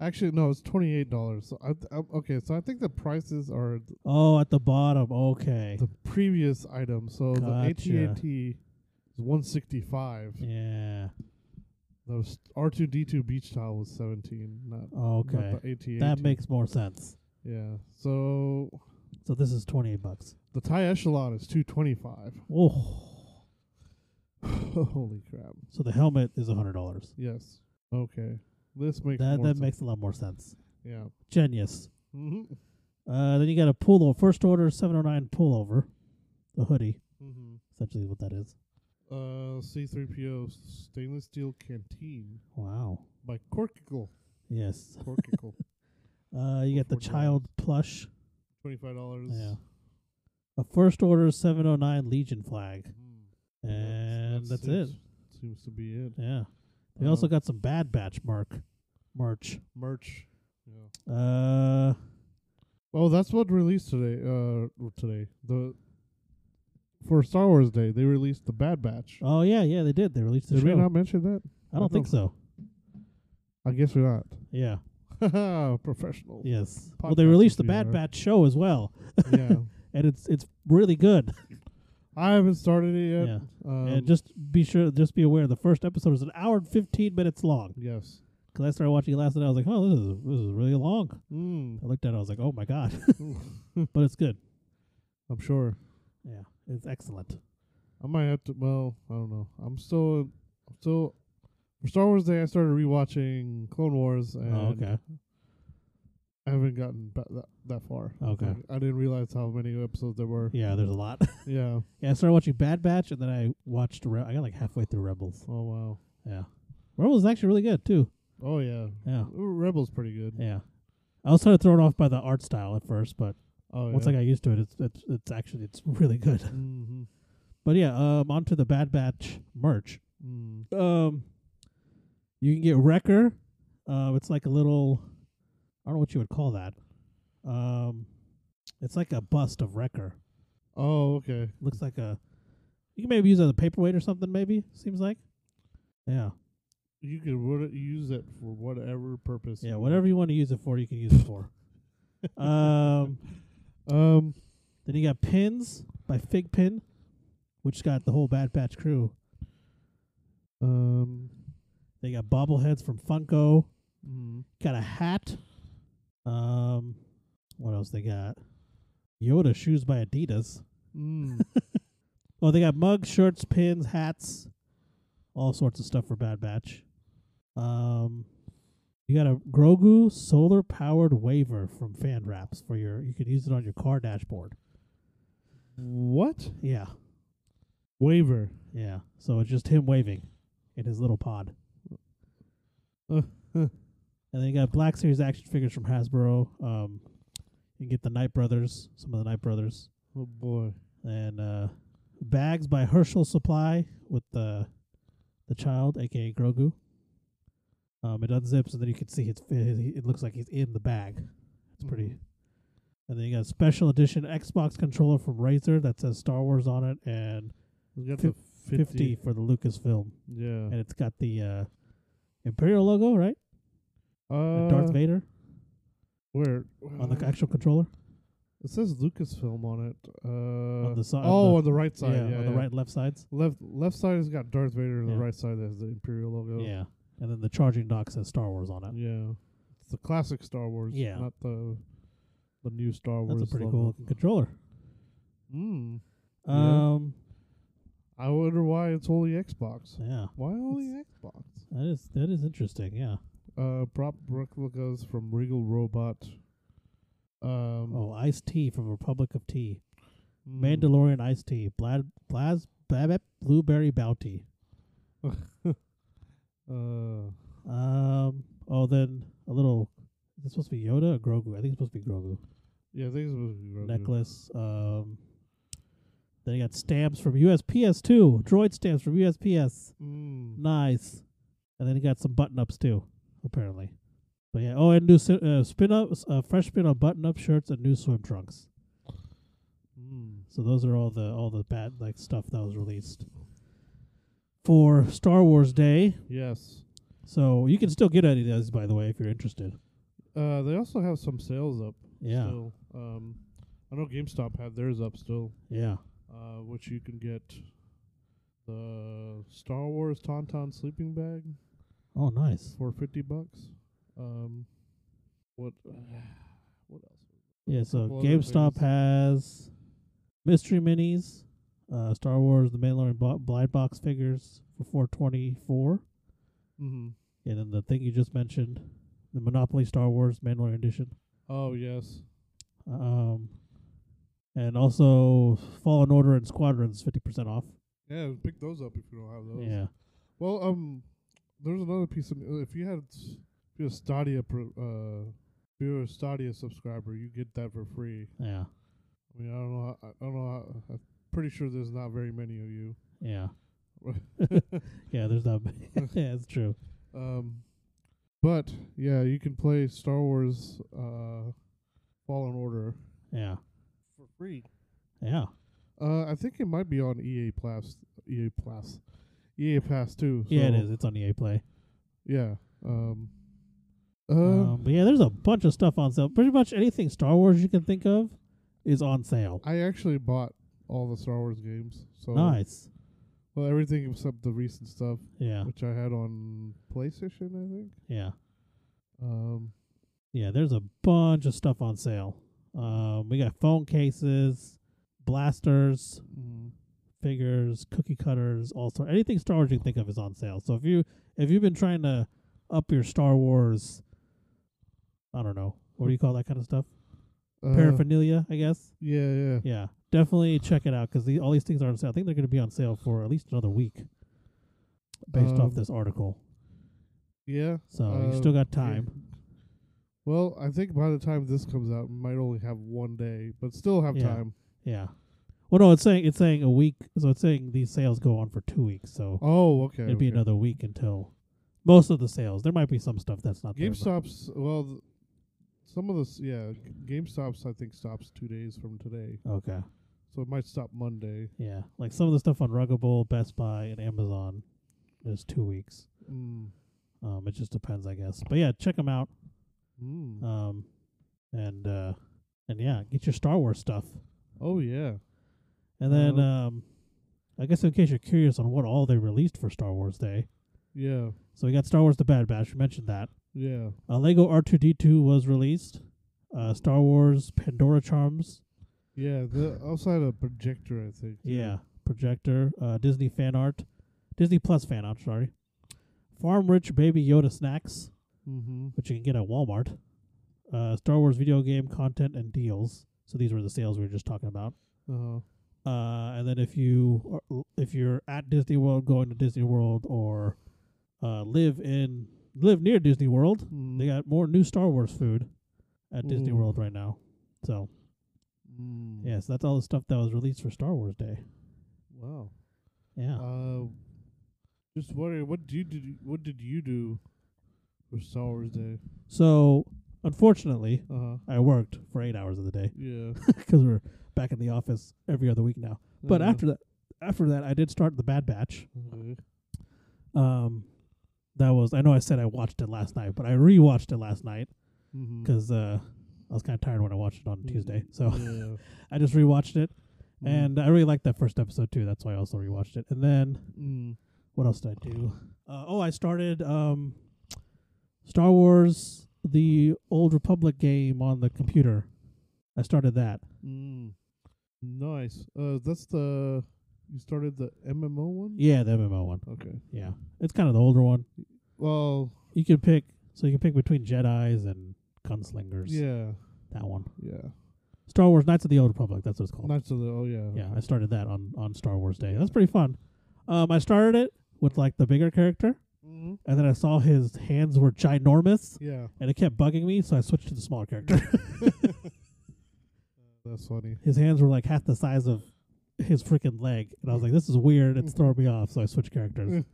[SPEAKER 2] Actually, no, it's twenty eight dollars. So I, th- um, okay, so I think the prices are th-
[SPEAKER 1] Oh, at the bottom. Okay.
[SPEAKER 2] the previous item. So
[SPEAKER 1] Gotcha.
[SPEAKER 2] the AT&T is 165.
[SPEAKER 1] Yeah.
[SPEAKER 2] Those R2D2 beach tile was 17, not,
[SPEAKER 1] Okay.
[SPEAKER 2] not the 88.
[SPEAKER 1] That makes more sense.
[SPEAKER 2] yeah. So
[SPEAKER 1] So this is twenty eight bucks.
[SPEAKER 2] the tie echelon is 225.
[SPEAKER 1] Oh.
[SPEAKER 2] Holy crap.
[SPEAKER 1] So the helmet is a hundred dollars.
[SPEAKER 2] Yes. Okay. This makes
[SPEAKER 1] That
[SPEAKER 2] more
[SPEAKER 1] that
[SPEAKER 2] sense.
[SPEAKER 1] makes a lot more sense.
[SPEAKER 2] yeah.
[SPEAKER 1] Genius.
[SPEAKER 2] hmm
[SPEAKER 1] Uh, then you got a pullover. First order seven oh nine pullover, a hoodie.
[SPEAKER 2] hmm
[SPEAKER 1] Essentially, is what that is.
[SPEAKER 2] Uh, C3PO stainless steel canteen
[SPEAKER 1] Wow.
[SPEAKER 2] by Corkicle.
[SPEAKER 1] Yes.
[SPEAKER 2] Corkicle.
[SPEAKER 1] Uh, you got the
[SPEAKER 2] $40.
[SPEAKER 1] child plush.
[SPEAKER 2] Twenty-five dollars.
[SPEAKER 1] Yeah. A first order seven oh nine Legion flag,
[SPEAKER 2] Mm.
[SPEAKER 1] and that's, it. Uh-huh.
[SPEAKER 2] seems, Seems to be it.
[SPEAKER 1] Yeah. We also
[SPEAKER 2] Uh,
[SPEAKER 1] got some Bad Batch mark merch.
[SPEAKER 2] merch. Yeah.
[SPEAKER 1] Uh,
[SPEAKER 2] Oh, that's what released today. Uh, r- today the for Star Wars Day they released the Bad Batch.
[SPEAKER 1] oh yeah, yeah, they did. They released the
[SPEAKER 2] Did we
[SPEAKER 1] show.
[SPEAKER 2] not mention that?
[SPEAKER 1] I don't think so.
[SPEAKER 2] I guess we're not.
[SPEAKER 1] Yeah.
[SPEAKER 2] Haha, Professional.
[SPEAKER 1] Yes. Well, they
[SPEAKER 2] Podcast
[SPEAKER 1] released the
[SPEAKER 2] would be
[SPEAKER 1] Bad
[SPEAKER 2] better.
[SPEAKER 1] Batch show as well,
[SPEAKER 2] yeah.
[SPEAKER 1] and it's it's really good.
[SPEAKER 2] I haven't started it yet.
[SPEAKER 1] Yeah.
[SPEAKER 2] Um,
[SPEAKER 1] and just be sure, just be aware, the first episode is an hour and fifteen minutes long.
[SPEAKER 2] yes.
[SPEAKER 1] Because I started watching it last night, I was like, oh, this is this is really long.
[SPEAKER 2] Mm.
[SPEAKER 1] I looked at it, I was like, oh my god,
[SPEAKER 2] I'm
[SPEAKER 1] but it's good.
[SPEAKER 2] sure.
[SPEAKER 1] Yeah, it's excellent.
[SPEAKER 2] I might have to. Well, I don't know. I'm still. I'm still. For Star Wars Day, I started rewatching Clone Wars, and
[SPEAKER 1] Oh, okay.
[SPEAKER 2] I haven't gotten ba- that that far.
[SPEAKER 1] Oh, Okay.
[SPEAKER 2] I didn't realize how many episodes there were.
[SPEAKER 1] Yeah, there's a lot.
[SPEAKER 2] Yeah.
[SPEAKER 1] yeah, I started watching Bad Batch, and then I watched. Re- I got like halfway through Rebels.
[SPEAKER 2] Oh wow.
[SPEAKER 1] Yeah, Rebels is actually really good too.
[SPEAKER 2] Oh yeah.
[SPEAKER 1] Yeah,
[SPEAKER 2] Ooh, Rebels pretty good.
[SPEAKER 1] yeah. I was kind of thrown off by the art style at first, but
[SPEAKER 2] Oh
[SPEAKER 1] once I
[SPEAKER 2] yeah.
[SPEAKER 1] got used to it, it's it's, it's actually it's really good.
[SPEAKER 2] mm-hmm.
[SPEAKER 1] But yeah, um, onto the Bad Batch merch.
[SPEAKER 2] mm.
[SPEAKER 1] Um, you can get Wrecker. Uh, it's like a little, I don't know what you would call that. Um, it's like a bust of Wrecker.
[SPEAKER 2] Oh okay.
[SPEAKER 1] Looks like a. You can maybe use it as a paperweight or something. Maybe seems like. Yeah,
[SPEAKER 2] You could what, use it for whatever purpose.
[SPEAKER 1] yeah.
[SPEAKER 2] you
[SPEAKER 1] Whatever you want to use it for, you can use it for. um,
[SPEAKER 2] want. Um.
[SPEAKER 1] then you got pins by Fig Pin, which got the whole Bad Batch crew.
[SPEAKER 2] Um.
[SPEAKER 1] They got bobbleheads from Funko.
[SPEAKER 2] Mm.
[SPEAKER 1] Got a hat. Um, what else they got? Yoda shoes by Adidas.
[SPEAKER 2] Mm.
[SPEAKER 1] Oh, they got mugs, shirts, pins, hats, all sorts of stuff for Bad Batch. Um, you got a Grogu solar powered waiver from Fan Wraps for your. You could use it on your car dashboard.
[SPEAKER 2] what
[SPEAKER 1] Yeah,
[SPEAKER 2] waiver?
[SPEAKER 1] yeah. So it's just him waving in his little pod.
[SPEAKER 2] Uh, huh.
[SPEAKER 1] And then you got Black Series action figures from Hasbro. Um, you can get the Knight Brothers, some of the Knight Brothers.
[SPEAKER 2] Oh boy.
[SPEAKER 1] and uh, bags by Herschel Supply with the the child, aka Grogu. Um, it unzips and then you can see his, his. It looks like he's in the bag. It's pretty.
[SPEAKER 2] Mm-hmm.
[SPEAKER 1] And then you got a special edition Xbox controller from Razer that says Star Wars on it, and
[SPEAKER 2] We got
[SPEAKER 1] Fif-
[SPEAKER 2] the
[SPEAKER 1] 50, for the Lucasfilm,
[SPEAKER 2] Yeah.
[SPEAKER 1] and it's got the uh, Imperial logo, right?
[SPEAKER 2] Uh.
[SPEAKER 1] and Darth Vader
[SPEAKER 2] Where?
[SPEAKER 1] on the actual controller
[SPEAKER 2] It says Lucasfilm on it. Uh.
[SPEAKER 1] on the side.
[SPEAKER 2] oh,
[SPEAKER 1] on
[SPEAKER 2] on the right
[SPEAKER 1] the,
[SPEAKER 2] side. Yeah.
[SPEAKER 1] yeah, on the
[SPEAKER 2] yeah.
[SPEAKER 1] right and left sides.
[SPEAKER 2] Left left side has got Darth Vader, and
[SPEAKER 1] Yeah.
[SPEAKER 2] the right side has the Imperial logo.
[SPEAKER 1] Yeah, and then the charging dock says Star Wars on it.
[SPEAKER 2] Yeah, it's the classic Star Wars.
[SPEAKER 1] Yeah.
[SPEAKER 2] not the the new Star Wars.
[SPEAKER 1] That's a pretty
[SPEAKER 2] logo.
[SPEAKER 1] cool looking controller.
[SPEAKER 2] Mm. Yeah.
[SPEAKER 1] Um,
[SPEAKER 2] I wonder why it's only Xbox.
[SPEAKER 1] yeah,
[SPEAKER 2] Why only Xbox?
[SPEAKER 1] that is that is interesting. Yeah.
[SPEAKER 2] Uh, prop replicas from Regal Robot. Um,
[SPEAKER 1] Oh, Ice Tea from Republic of Tea, Hmm.
[SPEAKER 2] mm.
[SPEAKER 1] Mandalorian Ice Tea, Blad Blaz Babip Blueberry Bounty.
[SPEAKER 2] Uh,
[SPEAKER 1] Um. Oh, then a little. Is it supposed to be Yoda or Grogu? I think it's supposed to be Grogu.
[SPEAKER 2] yeah, I think it's supposed to be Grogu.
[SPEAKER 1] Necklace. Um. Then you got stamps from USPS too. Droid stamps from USPS.
[SPEAKER 2] Mm.
[SPEAKER 1] Nice. And then he got some button ups too, apparently. But yeah. Oh, and new si- uh, spin ups, uh, fresh spin on button up shirts and new swim trunks.
[SPEAKER 2] Mm.
[SPEAKER 1] So those are all the all the bad like stuff that was released for Star Wars Day.
[SPEAKER 2] Yes.
[SPEAKER 1] So you can still get any of those, by the way, if you're interested.
[SPEAKER 2] Uh, they also have some sales up.
[SPEAKER 1] Yeah,
[SPEAKER 2] Still. Um, I know GameStop had theirs up still.
[SPEAKER 1] yeah,
[SPEAKER 2] uh, which you can get the Star Wars Tauntaun sleeping bag
[SPEAKER 1] Oh, nice.
[SPEAKER 2] for fifty bucks. Um, what? what else?
[SPEAKER 1] Yeah, so
[SPEAKER 2] couple other
[SPEAKER 1] GameStop
[SPEAKER 2] things.
[SPEAKER 1] has mystery minis, uh, Star Wars, the Mandalorian bo- blind box figures for four twenty four,
[SPEAKER 2] Mm-hmm.
[SPEAKER 1] and then the thing you just mentioned, the Monopoly Star Wars Mandalorian edition,
[SPEAKER 2] Oh yes.
[SPEAKER 1] um, and also Fallen Order and Squadrons fifty percent off.
[SPEAKER 2] Yeah, pick those up if you don't have those.
[SPEAKER 1] Yeah,
[SPEAKER 2] Well, um, there's another piece of if you had s- if you're a Stadia pro, uh, if you're a Stadia subscriber, you get that for free.
[SPEAKER 1] yeah,
[SPEAKER 2] I mean, I don't know, how, I don't know. How, I'm pretty sure there's not very many of you.
[SPEAKER 1] yeah, yeah. There's that. yeah, it's true.
[SPEAKER 2] Um, but yeah, you can play Star Wars uh, Fallen Order
[SPEAKER 1] Yeah,
[SPEAKER 2] for free.
[SPEAKER 1] yeah.
[SPEAKER 2] Uh, I think it might be on EA Plus, EA Plus, EA Pass too.
[SPEAKER 1] Yeah, it
[SPEAKER 2] so,
[SPEAKER 1] is. It's on EA Play.
[SPEAKER 2] Yeah. Um. Uh,
[SPEAKER 1] Um, but yeah, there's a bunch of stuff on sale. Pretty much anything Star Wars you can think of is on sale.
[SPEAKER 2] I actually bought all the Star Wars games. So
[SPEAKER 1] Nice.
[SPEAKER 2] Well, everything except the recent stuff,
[SPEAKER 1] Yeah,
[SPEAKER 2] which I had on PlayStation, I think.
[SPEAKER 1] yeah,
[SPEAKER 2] Um.
[SPEAKER 1] yeah. There's a bunch of stuff on sale. Um, we got phone cases, blasters,
[SPEAKER 2] mm,
[SPEAKER 1] figures, cookie cutters, all sorts. Anything Star Wars you can think of is on sale. So if you if you've been trying to up your Star Wars, I don't know what do you call that kind of stuff?
[SPEAKER 2] uh,
[SPEAKER 1] Paraphernalia, I guess.
[SPEAKER 2] Yeah, yeah.
[SPEAKER 1] Yeah, definitely check it out because the, all these things are on sale. I think they're going to be on sale for at least another week, based off
[SPEAKER 2] Um,
[SPEAKER 1] this article.
[SPEAKER 2] Yeah.
[SPEAKER 1] So you
[SPEAKER 2] uh,
[SPEAKER 1] still got
[SPEAKER 2] yeah.
[SPEAKER 1] time.
[SPEAKER 2] Well, I think by the time this comes out, we might only have one day, but still have
[SPEAKER 1] Yeah.
[SPEAKER 2] time.
[SPEAKER 1] Yeah. Well, no, it's saying it's saying a week. So it's saying these sales go on for two weeks. So
[SPEAKER 2] Oh, okay.
[SPEAKER 1] it'd be
[SPEAKER 2] okay.
[SPEAKER 1] another week until most of the sales. There might be some stuff that's not there. but-
[SPEAKER 2] GameStop's well, th- some of the s yeah, g- GameStop's I think stops two days from today,
[SPEAKER 1] Okay.
[SPEAKER 2] so it might stop Monday.
[SPEAKER 1] Yeah. Like some of the stuff on Ruggable, Best Buy, and Amazon is two weeks.
[SPEAKER 2] Mm.
[SPEAKER 1] Um, it just depends, I guess. But yeah, check them out.
[SPEAKER 2] Mm.
[SPEAKER 1] Um, and uh, and yeah, get your Star Wars stuff.
[SPEAKER 2] oh yeah,
[SPEAKER 1] And then
[SPEAKER 2] Oh.
[SPEAKER 1] um, I guess in case you're curious on what all they released for Star Wars Day,
[SPEAKER 2] yeah,
[SPEAKER 1] so we got Star Wars: The Bad Batch. We mentioned that.
[SPEAKER 2] yeah.
[SPEAKER 1] Uh, Lego R2D2 was released. Uh, Star Wars Pandora Charms.
[SPEAKER 2] Yeah, the outside a projector, I think. too.
[SPEAKER 1] Yeah. Projector. Uh, Disney fan art. Disney Plus fan art, sorry. Farm Rich Baby Yoda Snacks,
[SPEAKER 2] Mhm.
[SPEAKER 1] which you can get at Walmart. Uh, Star Wars video game content and deals. So these were the sales we were just talking about.
[SPEAKER 2] Uh-huh.
[SPEAKER 1] Uh, and then if you are- if you're at Disney World, going to Disney World, or uh, live in live near Disney World,
[SPEAKER 2] Mm.
[SPEAKER 1] they got more new Star Wars food at Disney
[SPEAKER 2] Ooh.
[SPEAKER 1] World right now. So
[SPEAKER 2] Mm.
[SPEAKER 1] Yes, that's all the stuff that was released for Star Wars Day.
[SPEAKER 2] Wow.
[SPEAKER 1] Yeah.
[SPEAKER 2] Uh, just wondering, what do you did? What did you do for Star Wars Day?
[SPEAKER 1] so, unfortunately,
[SPEAKER 2] Uh huh.
[SPEAKER 1] I worked for eight hours of the day
[SPEAKER 2] Yeah.
[SPEAKER 1] because we're back in the office every other week now. But
[SPEAKER 2] Uh,
[SPEAKER 1] after that, after that, I did start the Bad Batch.
[SPEAKER 2] okay.
[SPEAKER 1] Um, that was I know I said I watched it last night, but I rewatched it last night
[SPEAKER 2] Mhm.
[SPEAKER 1] 'cause uh, I was kind of tired when I watched it
[SPEAKER 2] Mm-hmm.
[SPEAKER 1] on Tuesday, so
[SPEAKER 2] yeah.
[SPEAKER 1] I just rewatched it,
[SPEAKER 2] Mm.
[SPEAKER 1] and I really liked that first episode too. That's why I also rewatched it. And then
[SPEAKER 2] Mm.
[SPEAKER 1] what else did I do? Uh, oh, I started um, Star Wars: The Old Republic game on the computer. I started that.
[SPEAKER 2] Mm. Nice. Uh, that's the you started the MMO one.
[SPEAKER 1] Yeah, the MMO one.
[SPEAKER 2] Okay.
[SPEAKER 1] Yeah, it's kind of the older one.
[SPEAKER 2] Well,
[SPEAKER 1] You can pick, so you can pick between Jedi's and gunslingers.
[SPEAKER 2] yeah,
[SPEAKER 1] that one.
[SPEAKER 2] yeah.
[SPEAKER 1] Star Wars: Knights of the Old Republic. That's what it's called.
[SPEAKER 2] Knights of the oh yeah.
[SPEAKER 1] yeah, I started that on on Star Wars Day. That's pretty fun. Um, I started it with like the bigger character,
[SPEAKER 2] Mm-hmm.
[SPEAKER 1] and then I saw his hands were ginormous,
[SPEAKER 2] Yeah.
[SPEAKER 1] and it kept bugging me, so I switched to the smaller character.
[SPEAKER 2] That's funny.
[SPEAKER 1] his hands were like half the size of his freaking leg, and I was like, "This is weird. It's throwing me off." So I switched characters.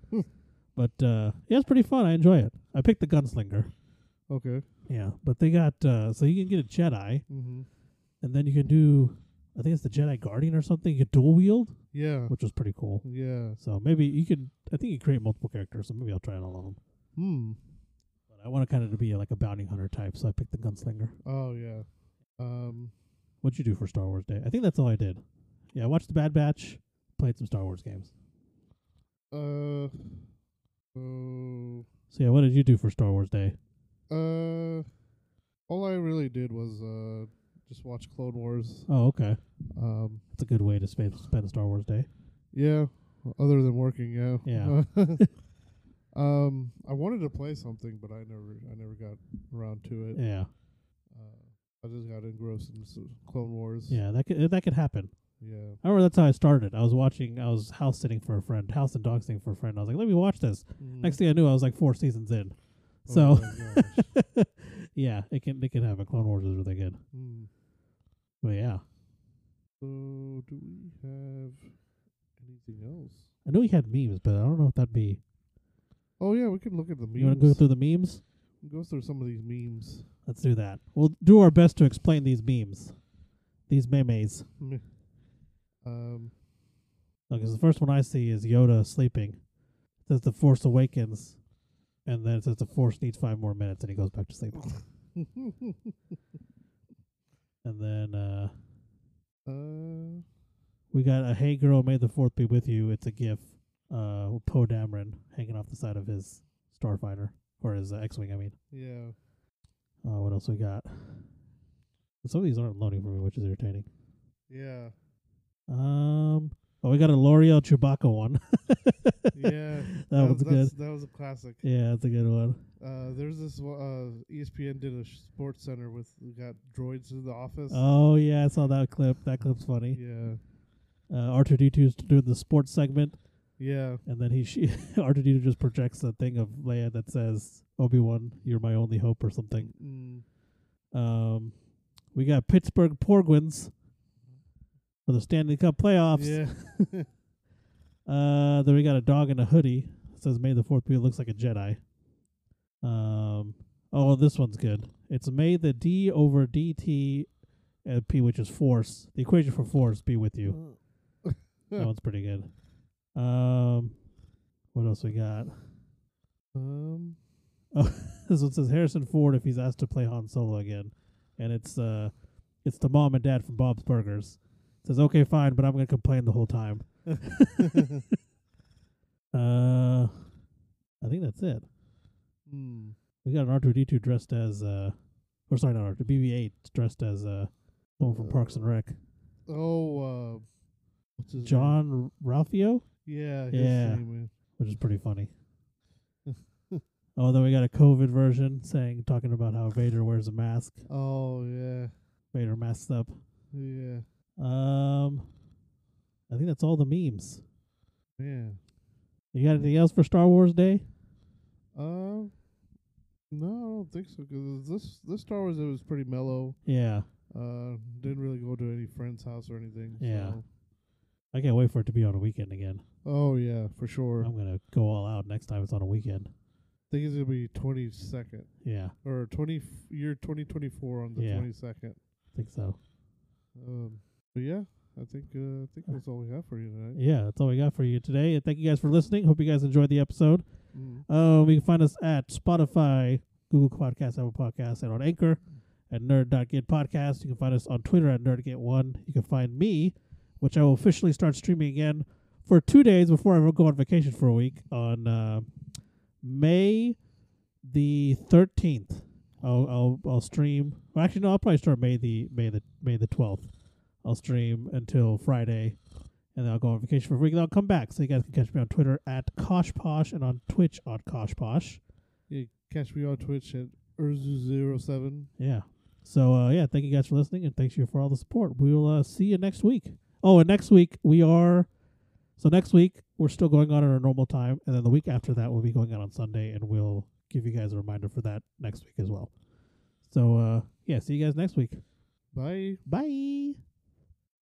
[SPEAKER 1] but uh, yeah, it's pretty fun. I enjoy it. I picked the gunslinger.
[SPEAKER 2] Okay.
[SPEAKER 1] Yeah, but they got uh, so you can get a Jedi,
[SPEAKER 2] Mm-hmm.
[SPEAKER 1] and then you can do, I think it's the Jedi Guardian or something. You can dual wield,
[SPEAKER 2] Uh-huh. Yeah.
[SPEAKER 1] which was pretty cool.
[SPEAKER 2] Yeah.
[SPEAKER 1] So maybe you could, I think you create multiple characters. So maybe I'll try it all of them.
[SPEAKER 2] Hmm.
[SPEAKER 1] But I want to kind of to be like a bounty hunter type, so I picked the gunslinger.
[SPEAKER 2] Oh yeah. Um.
[SPEAKER 1] What'd you do for Star Wars Day? I think that's all I did. Yeah, I watched the Bad Batch, played some Star Wars games.
[SPEAKER 2] Uh, so
[SPEAKER 1] So yeah, what did you do for Star Wars Day?
[SPEAKER 2] uh, all I really did was uh just watch Clone Wars.
[SPEAKER 1] Oh, okay.
[SPEAKER 2] Um,
[SPEAKER 1] That's a good way to spend spend a Star Wars Day.
[SPEAKER 2] yeah, other than working, yeah.
[SPEAKER 1] Yeah.
[SPEAKER 2] um, I wanted to play something, but I never, I never got around to it.
[SPEAKER 1] Yeah,
[SPEAKER 2] Uh, I just got engrossed in s- Clone Wars.
[SPEAKER 1] yeah. That could that could happen.
[SPEAKER 2] Yeah.
[SPEAKER 1] I remember that's how I started. I was watching. I was house sitting for a friend, house and dog sitting for a friend. I was like, let me watch this. Next thing I knew, I was like four seasons in.
[SPEAKER 2] Mm. Oh
[SPEAKER 1] So
[SPEAKER 2] my gosh.
[SPEAKER 1] yeah, it can it can happen. Clone Wars is really good.
[SPEAKER 2] Hmm.
[SPEAKER 1] But yeah,
[SPEAKER 2] So, do we have anything else?
[SPEAKER 1] I know he had memes, but I don't know if that'd be.
[SPEAKER 2] Oh yeah, we can look at the memes.
[SPEAKER 1] You want to go through the memes?
[SPEAKER 2] go through some of these memes.
[SPEAKER 1] Let's do that. We'll do our best to explain these memes, these memes.
[SPEAKER 2] Meh. um,
[SPEAKER 1] Because the first one I see is Yoda sleeping. It says the Force awakens, and then it says the Force needs five more minutes, and he goes back to sleep. and then uh,
[SPEAKER 2] uh,
[SPEAKER 1] we got a "Hey girl, may the Fourth be with you." It's a GIF. Uh, with Poe Dameron hanging off the side of his starfighter or his uh, X-wing. I mean,
[SPEAKER 2] yeah.
[SPEAKER 1] uh, what else we got? Some of these aren't loading for me, which is irritating.
[SPEAKER 2] Yeah.
[SPEAKER 1] Um, oh, we got a L'Oreal Chewbacca one.
[SPEAKER 2] Yeah.
[SPEAKER 1] That one's
[SPEAKER 2] that's- That was a classic.
[SPEAKER 1] yeah, that's a good one.
[SPEAKER 2] Uh, there's this. one- Uh, ESPN did a sh- sports center with we got droids in the office.
[SPEAKER 1] Oh yeah, I saw that clip. That clip's funny.
[SPEAKER 2] Yeah.
[SPEAKER 1] uh, R2D2's doing the sports segment,
[SPEAKER 2] Yeah.
[SPEAKER 1] and then he she, R2D2 just projects a thing of Leia that says Obi Wan, you're my only hope or something.
[SPEAKER 2] Mm,
[SPEAKER 1] Um, we got Pittsburgh Porguins for the Stanley Cup playoffs.
[SPEAKER 2] yeah.
[SPEAKER 1] Uh, then we got a dog in a hoodie. It says May the Fourth be looks like a Jedi. Um, oh, this one's good. It's May the D over DT and P, which is force. The equation for force be with you. that one's pretty good. Um, what else we got?
[SPEAKER 2] Um.
[SPEAKER 1] This one says Harrison Ford if he's asked to play Han Solo again, and it's uh, it's the mom and dad from Bob's Burgers. says okay, fine, but I'm gonna complain the whole time. uh, I think that's it.
[SPEAKER 2] Hmm.
[SPEAKER 1] We got an R2D2 dressed as uh, or sorry, not R2, BB-8 dressed as uh, someone from Parks and Rec.
[SPEAKER 2] Oh. Uh, what's his name?
[SPEAKER 1] John Ralphio,
[SPEAKER 2] Yeah. his
[SPEAKER 1] Yeah.
[SPEAKER 2] name is-
[SPEAKER 1] which is pretty funny. oh, then we got a COVID version saying talking about how Vader wears a mask.
[SPEAKER 2] Oh yeah.
[SPEAKER 1] Vader masked up.
[SPEAKER 2] Yeah.
[SPEAKER 1] Um, I think that's all the memes.
[SPEAKER 2] Yeah.
[SPEAKER 1] You got anything else for Star Wars Day?
[SPEAKER 2] Um, no, I don't think so. Cause this this Star Wars it was pretty mellow.
[SPEAKER 1] Yeah,
[SPEAKER 2] Uh, didn't really go to any friend's house or anything.
[SPEAKER 1] Yeah.
[SPEAKER 2] so-
[SPEAKER 1] I can't wait for it to be on a weekend again.
[SPEAKER 2] Oh yeah, for sure. I
[SPEAKER 1] I'm gonna go all out next time it's on a weekend.
[SPEAKER 2] think it's gonna be twenty second
[SPEAKER 1] Yeah,
[SPEAKER 2] or twenty f- year twenty twenty four on the
[SPEAKER 1] Yeah.
[SPEAKER 2] twenty second.
[SPEAKER 1] I think so.
[SPEAKER 2] Um, but yeah, I think uh, I think that's all we have for you tonight.
[SPEAKER 1] Yeah, that's all we got for you today. And thank you guys for listening. Hope you guys enjoyed the episode.
[SPEAKER 2] Mm.
[SPEAKER 1] Uh, we can find us at Spotify, Google Podcasts, Apple Podcasts, and on Anchor at nerd.getpodcast. You can find us on Twitter at nerdget1. You can find me, which I will officially start streaming again for two days before I go on vacation for a week on uh, May the 13th. I'll, I'll I'll stream. Well, actually, no, I'll probably start May the May the May the 12th. I'll stream until Friday and then I'll go on vacation for a week. Then I'll come back. So you guys can catch me on Twitter at Koshposh and on Twitch on Koshposh.
[SPEAKER 2] You catch me on Twitch at urzu zero seven.
[SPEAKER 1] Yeah. So uh, yeah, thank you guys for listening and thanks you for all the support. We will uh, see you next week. Oh, and next week we are. So next week we're still going on at our normal time, and then the week after that we'll be going out on Sunday, and we'll give you guys a reminder for that next week as well. So uh, yeah, see you guys next week.
[SPEAKER 2] Bye.
[SPEAKER 1] Bye.